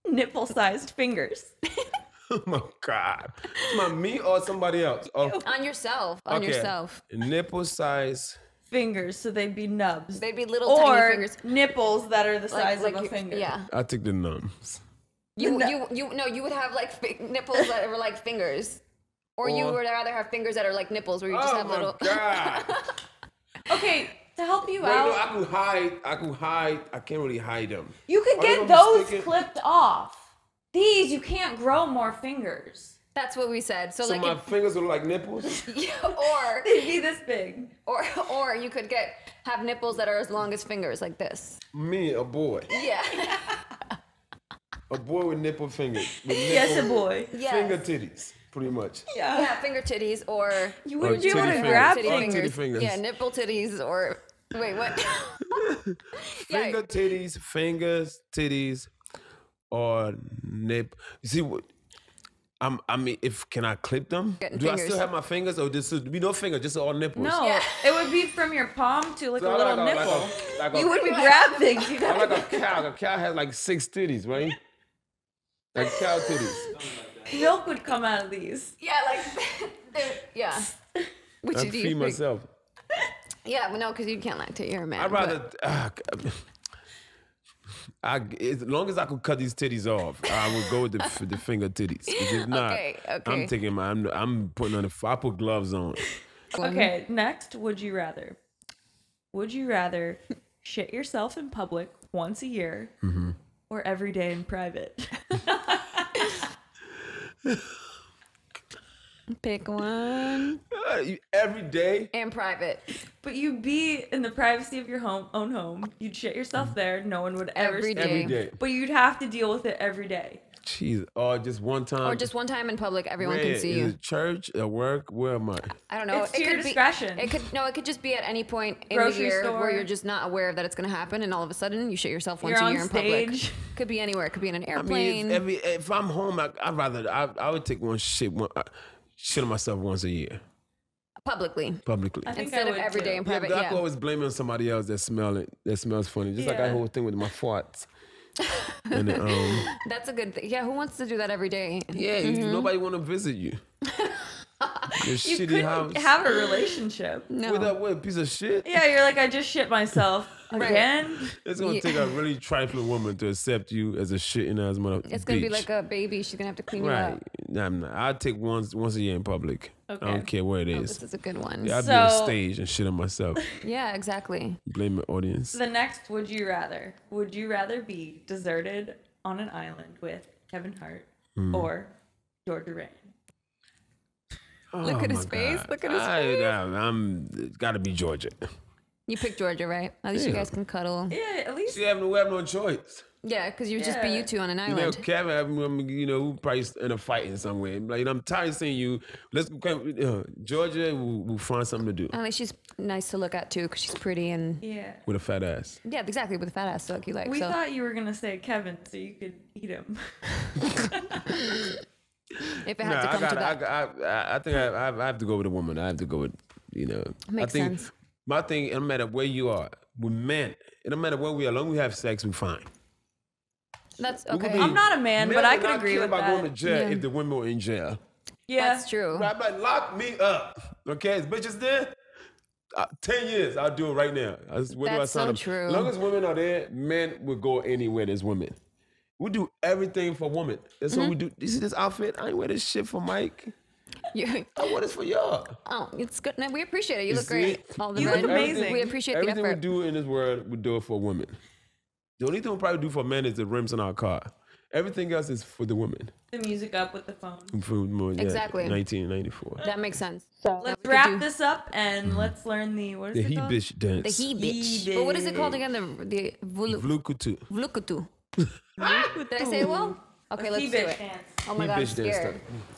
[SPEAKER 3] nipple-sized fingers?
[SPEAKER 1] Oh my God. My me or somebody else? Oh,
[SPEAKER 2] on yourself? On
[SPEAKER 1] okay.
[SPEAKER 2] yourself?
[SPEAKER 1] Nipple size.
[SPEAKER 3] Fingers, so they'd be nubs.
[SPEAKER 2] They'd be little tiny
[SPEAKER 3] or
[SPEAKER 2] fingers.
[SPEAKER 3] nipples that are the
[SPEAKER 2] Like-
[SPEAKER 3] size
[SPEAKER 2] like
[SPEAKER 3] of a
[SPEAKER 2] you-
[SPEAKER 3] finger.
[SPEAKER 2] Yeah.
[SPEAKER 1] I took the numbs.
[SPEAKER 2] You
[SPEAKER 3] No.
[SPEAKER 2] you you no. You would have like fi- nipples that were like fingers, or, you
[SPEAKER 1] Or-
[SPEAKER 2] would rather have fingers that are like nipples, where you just
[SPEAKER 1] oh
[SPEAKER 2] have
[SPEAKER 1] my
[SPEAKER 2] little.
[SPEAKER 1] God.
[SPEAKER 3] Okay, to help you
[SPEAKER 1] Wait,
[SPEAKER 3] out,
[SPEAKER 1] no, I could hide. I could hide. I can't really hide them.
[SPEAKER 3] you could
[SPEAKER 1] Or
[SPEAKER 3] get
[SPEAKER 1] if I'm
[SPEAKER 3] those
[SPEAKER 1] mistaken-
[SPEAKER 3] clipped off. These you can't grow more fingers.
[SPEAKER 2] That's what we said. So,
[SPEAKER 1] So
[SPEAKER 2] like,
[SPEAKER 1] my fingers look like nipples.
[SPEAKER 2] if, or
[SPEAKER 3] They'd be this big.
[SPEAKER 2] or or you could get have nipples that are as long as fingers, like this.
[SPEAKER 1] Me, a boy.
[SPEAKER 2] Yeah.
[SPEAKER 1] A boy with nipple fingers. With
[SPEAKER 3] Yes, a
[SPEAKER 1] nipple
[SPEAKER 3] boy.
[SPEAKER 2] yes.
[SPEAKER 1] Finger titties, pretty much.
[SPEAKER 3] Yeah.
[SPEAKER 2] Yeah, finger titties or
[SPEAKER 3] You wouldn't be able
[SPEAKER 1] titty
[SPEAKER 3] to
[SPEAKER 1] fingers.
[SPEAKER 3] grab
[SPEAKER 2] titty
[SPEAKER 1] Or
[SPEAKER 3] things.
[SPEAKER 2] fingers.
[SPEAKER 1] titty fingers.
[SPEAKER 2] Yeah, nipple titties or wait, what? yeah,
[SPEAKER 1] Finger titties, fingers, titties, or nip. You see what? I'm, I mean, if can I clip them?
[SPEAKER 2] Getting
[SPEAKER 1] Do I
[SPEAKER 2] fingers.
[SPEAKER 1] still have my fingers, or this would be no finger, just all nipples?
[SPEAKER 3] No,
[SPEAKER 2] Yeah.
[SPEAKER 3] it would be from your palm to like
[SPEAKER 1] So
[SPEAKER 3] a
[SPEAKER 1] I
[SPEAKER 3] little
[SPEAKER 1] like a- like
[SPEAKER 3] nipple.
[SPEAKER 1] a- like a-
[SPEAKER 3] you wouldn't grab things. You
[SPEAKER 1] I'm
[SPEAKER 3] got
[SPEAKER 1] like a cow. A cow has like six titties, right? Like cow titties.
[SPEAKER 3] milk would come out of these.
[SPEAKER 2] yeah, like they're- yeah. Which
[SPEAKER 1] I
[SPEAKER 2] do you
[SPEAKER 1] feed
[SPEAKER 2] think?
[SPEAKER 1] myself.
[SPEAKER 2] Yeah, well, no, because you can't lactate. You're a man.
[SPEAKER 1] I'd
[SPEAKER 2] but-
[SPEAKER 1] rather. ah, g- I, as long as I could cut these titties off, I would go with the, f- the finger titties. If it's not,
[SPEAKER 2] Okay, okay.
[SPEAKER 1] I'm taking my. I'm, I'm putting on the. I put gloves on.
[SPEAKER 3] Okay, next, would you rather? Would you rather shit yourself in public once a year
[SPEAKER 1] Mm-hmm.
[SPEAKER 3] or every day in private?
[SPEAKER 2] pick one.
[SPEAKER 1] Uh, you- Every day,
[SPEAKER 2] And private.
[SPEAKER 3] but you'd be in the privacy of your home, own home. You'd shit yourself
[SPEAKER 1] Mm-hmm.
[SPEAKER 3] there. No one would ever
[SPEAKER 2] Every
[SPEAKER 3] see
[SPEAKER 1] every
[SPEAKER 2] Okay.
[SPEAKER 1] day.
[SPEAKER 3] But you'd have to deal with it every day.
[SPEAKER 1] Jeez, or just one time.
[SPEAKER 2] Or just one time in public, everyone
[SPEAKER 1] where
[SPEAKER 2] can see
[SPEAKER 1] is
[SPEAKER 2] you.
[SPEAKER 1] it church, at work. Where am I?
[SPEAKER 2] I don't know.
[SPEAKER 3] It's to your discretion.
[SPEAKER 2] Be, it could no, it could just be at any point in
[SPEAKER 3] Grocery
[SPEAKER 2] the year
[SPEAKER 3] store.
[SPEAKER 2] where you're just not aware that it's going to happen, and all of a sudden you shit yourself once
[SPEAKER 3] You're
[SPEAKER 2] a
[SPEAKER 3] on
[SPEAKER 2] year in
[SPEAKER 3] stage.
[SPEAKER 2] public. Could be anywhere. It could be in an
[SPEAKER 1] I mean,
[SPEAKER 2] airplane.
[SPEAKER 1] if, every, if I'm home, I, I'd rather. I, I would take one shit. One, I, shit on myself once a year
[SPEAKER 2] publicly
[SPEAKER 1] publicly.
[SPEAKER 3] I think
[SPEAKER 2] instead
[SPEAKER 3] I
[SPEAKER 2] of
[SPEAKER 3] would
[SPEAKER 2] every day in
[SPEAKER 1] Yeah,
[SPEAKER 2] private.
[SPEAKER 1] but I
[SPEAKER 2] Yeah.
[SPEAKER 1] could always blame it on somebody else that smell it. That smells funny. Just like
[SPEAKER 3] Yeah.
[SPEAKER 1] that whole thing with my farts. and then, um,
[SPEAKER 2] That's a good thing. Yeah, who wants to do that every day?
[SPEAKER 1] yeah, you- nobody want to visit you. Your
[SPEAKER 3] Mm-hmm. You
[SPEAKER 1] shitty
[SPEAKER 3] couldn't
[SPEAKER 1] house.
[SPEAKER 3] have a relationship.
[SPEAKER 2] No.
[SPEAKER 1] With that what, piece of shit.
[SPEAKER 3] Yeah, you're like, I just shit myself again.
[SPEAKER 1] It's gonna
[SPEAKER 2] Yeah.
[SPEAKER 1] take a really trifling woman to accept you as a shitting ass mother.
[SPEAKER 2] it's gonna be
[SPEAKER 1] bitch.
[SPEAKER 2] like a baby. She's gonna have to clean you
[SPEAKER 1] right.
[SPEAKER 2] up.
[SPEAKER 1] Nah, I'm not. I take once once a year in public. I
[SPEAKER 3] Okay.
[SPEAKER 1] don't care where it
[SPEAKER 2] This
[SPEAKER 1] is.
[SPEAKER 2] is a good one.
[SPEAKER 1] I'd
[SPEAKER 2] Yeah,
[SPEAKER 1] be on
[SPEAKER 3] So-
[SPEAKER 1] stage and shit on myself.
[SPEAKER 2] exactly.
[SPEAKER 1] Blame the audience.
[SPEAKER 3] The next, would you rather? Would you rather be deserted on an island with Kevin Hart
[SPEAKER 1] Mm.
[SPEAKER 3] or George Duran?
[SPEAKER 2] Look
[SPEAKER 1] Oh
[SPEAKER 2] at his
[SPEAKER 1] my
[SPEAKER 2] face.
[SPEAKER 1] God.
[SPEAKER 2] Look at his
[SPEAKER 1] I,
[SPEAKER 2] face.
[SPEAKER 1] am gotta be Georgia.
[SPEAKER 2] You picked Georgia, right? At least you
[SPEAKER 1] Yeah.
[SPEAKER 2] guys can cuddle.
[SPEAKER 3] Yeah, at least
[SPEAKER 1] See, I have no, we have no choice.
[SPEAKER 2] Yeah, because you would just be
[SPEAKER 3] Yeah.
[SPEAKER 2] you two on an
[SPEAKER 1] You know,
[SPEAKER 2] island.
[SPEAKER 1] Kevin, I mean, you know, we probably end up fighting somewhere. Like, you know, I'm tired of seeing you. Let's go, uh, Georgia. We'll, we'll find something to do
[SPEAKER 2] At least she's nice to look at too, because she's pretty and
[SPEAKER 3] yeah.
[SPEAKER 1] with a fat ass.
[SPEAKER 2] yeah, exactly with a fat ass look you like.
[SPEAKER 3] We
[SPEAKER 2] so
[SPEAKER 3] thought you were gonna say Kevin, so you could eat him.
[SPEAKER 2] if it had to
[SPEAKER 1] I
[SPEAKER 2] come
[SPEAKER 1] got.
[SPEAKER 2] to
[SPEAKER 1] I,
[SPEAKER 2] that,
[SPEAKER 1] got- I, I, I think I, I, I have to go with a woman. I have to go with, you know.
[SPEAKER 2] Makes
[SPEAKER 1] I think
[SPEAKER 2] sense.
[SPEAKER 1] my thing. It don't matter where you are. With men, it don't matter where we are. As long as we have sex, we fine.
[SPEAKER 2] that's
[SPEAKER 1] We could
[SPEAKER 2] okay.
[SPEAKER 1] be-
[SPEAKER 3] I'm not a man,
[SPEAKER 1] men
[SPEAKER 3] but I
[SPEAKER 1] would
[SPEAKER 3] could
[SPEAKER 1] not
[SPEAKER 3] agree
[SPEAKER 1] care
[SPEAKER 3] with
[SPEAKER 1] about
[SPEAKER 3] that.
[SPEAKER 1] going to jail
[SPEAKER 2] Yeah.
[SPEAKER 1] if the women were in jail.
[SPEAKER 3] Yeah,
[SPEAKER 2] That's true.
[SPEAKER 1] Right, but lock me up. Okay, as bitches there. Uh, Ten years, I'll do it right now. I just- where do I
[SPEAKER 2] That's
[SPEAKER 1] sign
[SPEAKER 2] so
[SPEAKER 1] up?
[SPEAKER 2] true.
[SPEAKER 1] As long as women are there, men will go anywhere. There's women. We do everything for women. That's
[SPEAKER 2] Mm-hmm.
[SPEAKER 1] what we do. You see this outfit? I ain't wear this shit for Mike.
[SPEAKER 2] You-
[SPEAKER 1] I wear this for y'all.
[SPEAKER 2] oh, it's good. No, we appreciate it. You,
[SPEAKER 1] You
[SPEAKER 2] look great.
[SPEAKER 1] see?
[SPEAKER 2] All the
[SPEAKER 3] You look
[SPEAKER 2] red.
[SPEAKER 3] amazing.
[SPEAKER 2] We appreciate the
[SPEAKER 1] everything
[SPEAKER 2] effort.
[SPEAKER 1] we do in this world, we do it for women. The only thing we probably do for men is the rims on our car. Everything else is for the women.
[SPEAKER 3] the music up with the phone.
[SPEAKER 2] Exactly.
[SPEAKER 1] 1994.
[SPEAKER 2] That makes sense.
[SPEAKER 3] Let's
[SPEAKER 2] could
[SPEAKER 3] wrap
[SPEAKER 2] do-
[SPEAKER 3] this up and let's learn the what is
[SPEAKER 1] Mm. The
[SPEAKER 3] it
[SPEAKER 1] he
[SPEAKER 3] called?
[SPEAKER 1] bitch dance.
[SPEAKER 2] The he bitch.
[SPEAKER 3] He
[SPEAKER 2] But what is it called
[SPEAKER 3] bitch.
[SPEAKER 2] again? The the vul-
[SPEAKER 1] Vlukutu.
[SPEAKER 2] Oh vlukutu. Did I say it well? Okay,
[SPEAKER 3] He
[SPEAKER 2] let's do
[SPEAKER 3] bitch
[SPEAKER 2] it.
[SPEAKER 3] dance.
[SPEAKER 2] Oh my
[SPEAKER 1] He
[SPEAKER 2] god, I'm
[SPEAKER 1] bitch dance
[SPEAKER 2] scared.
[SPEAKER 1] time.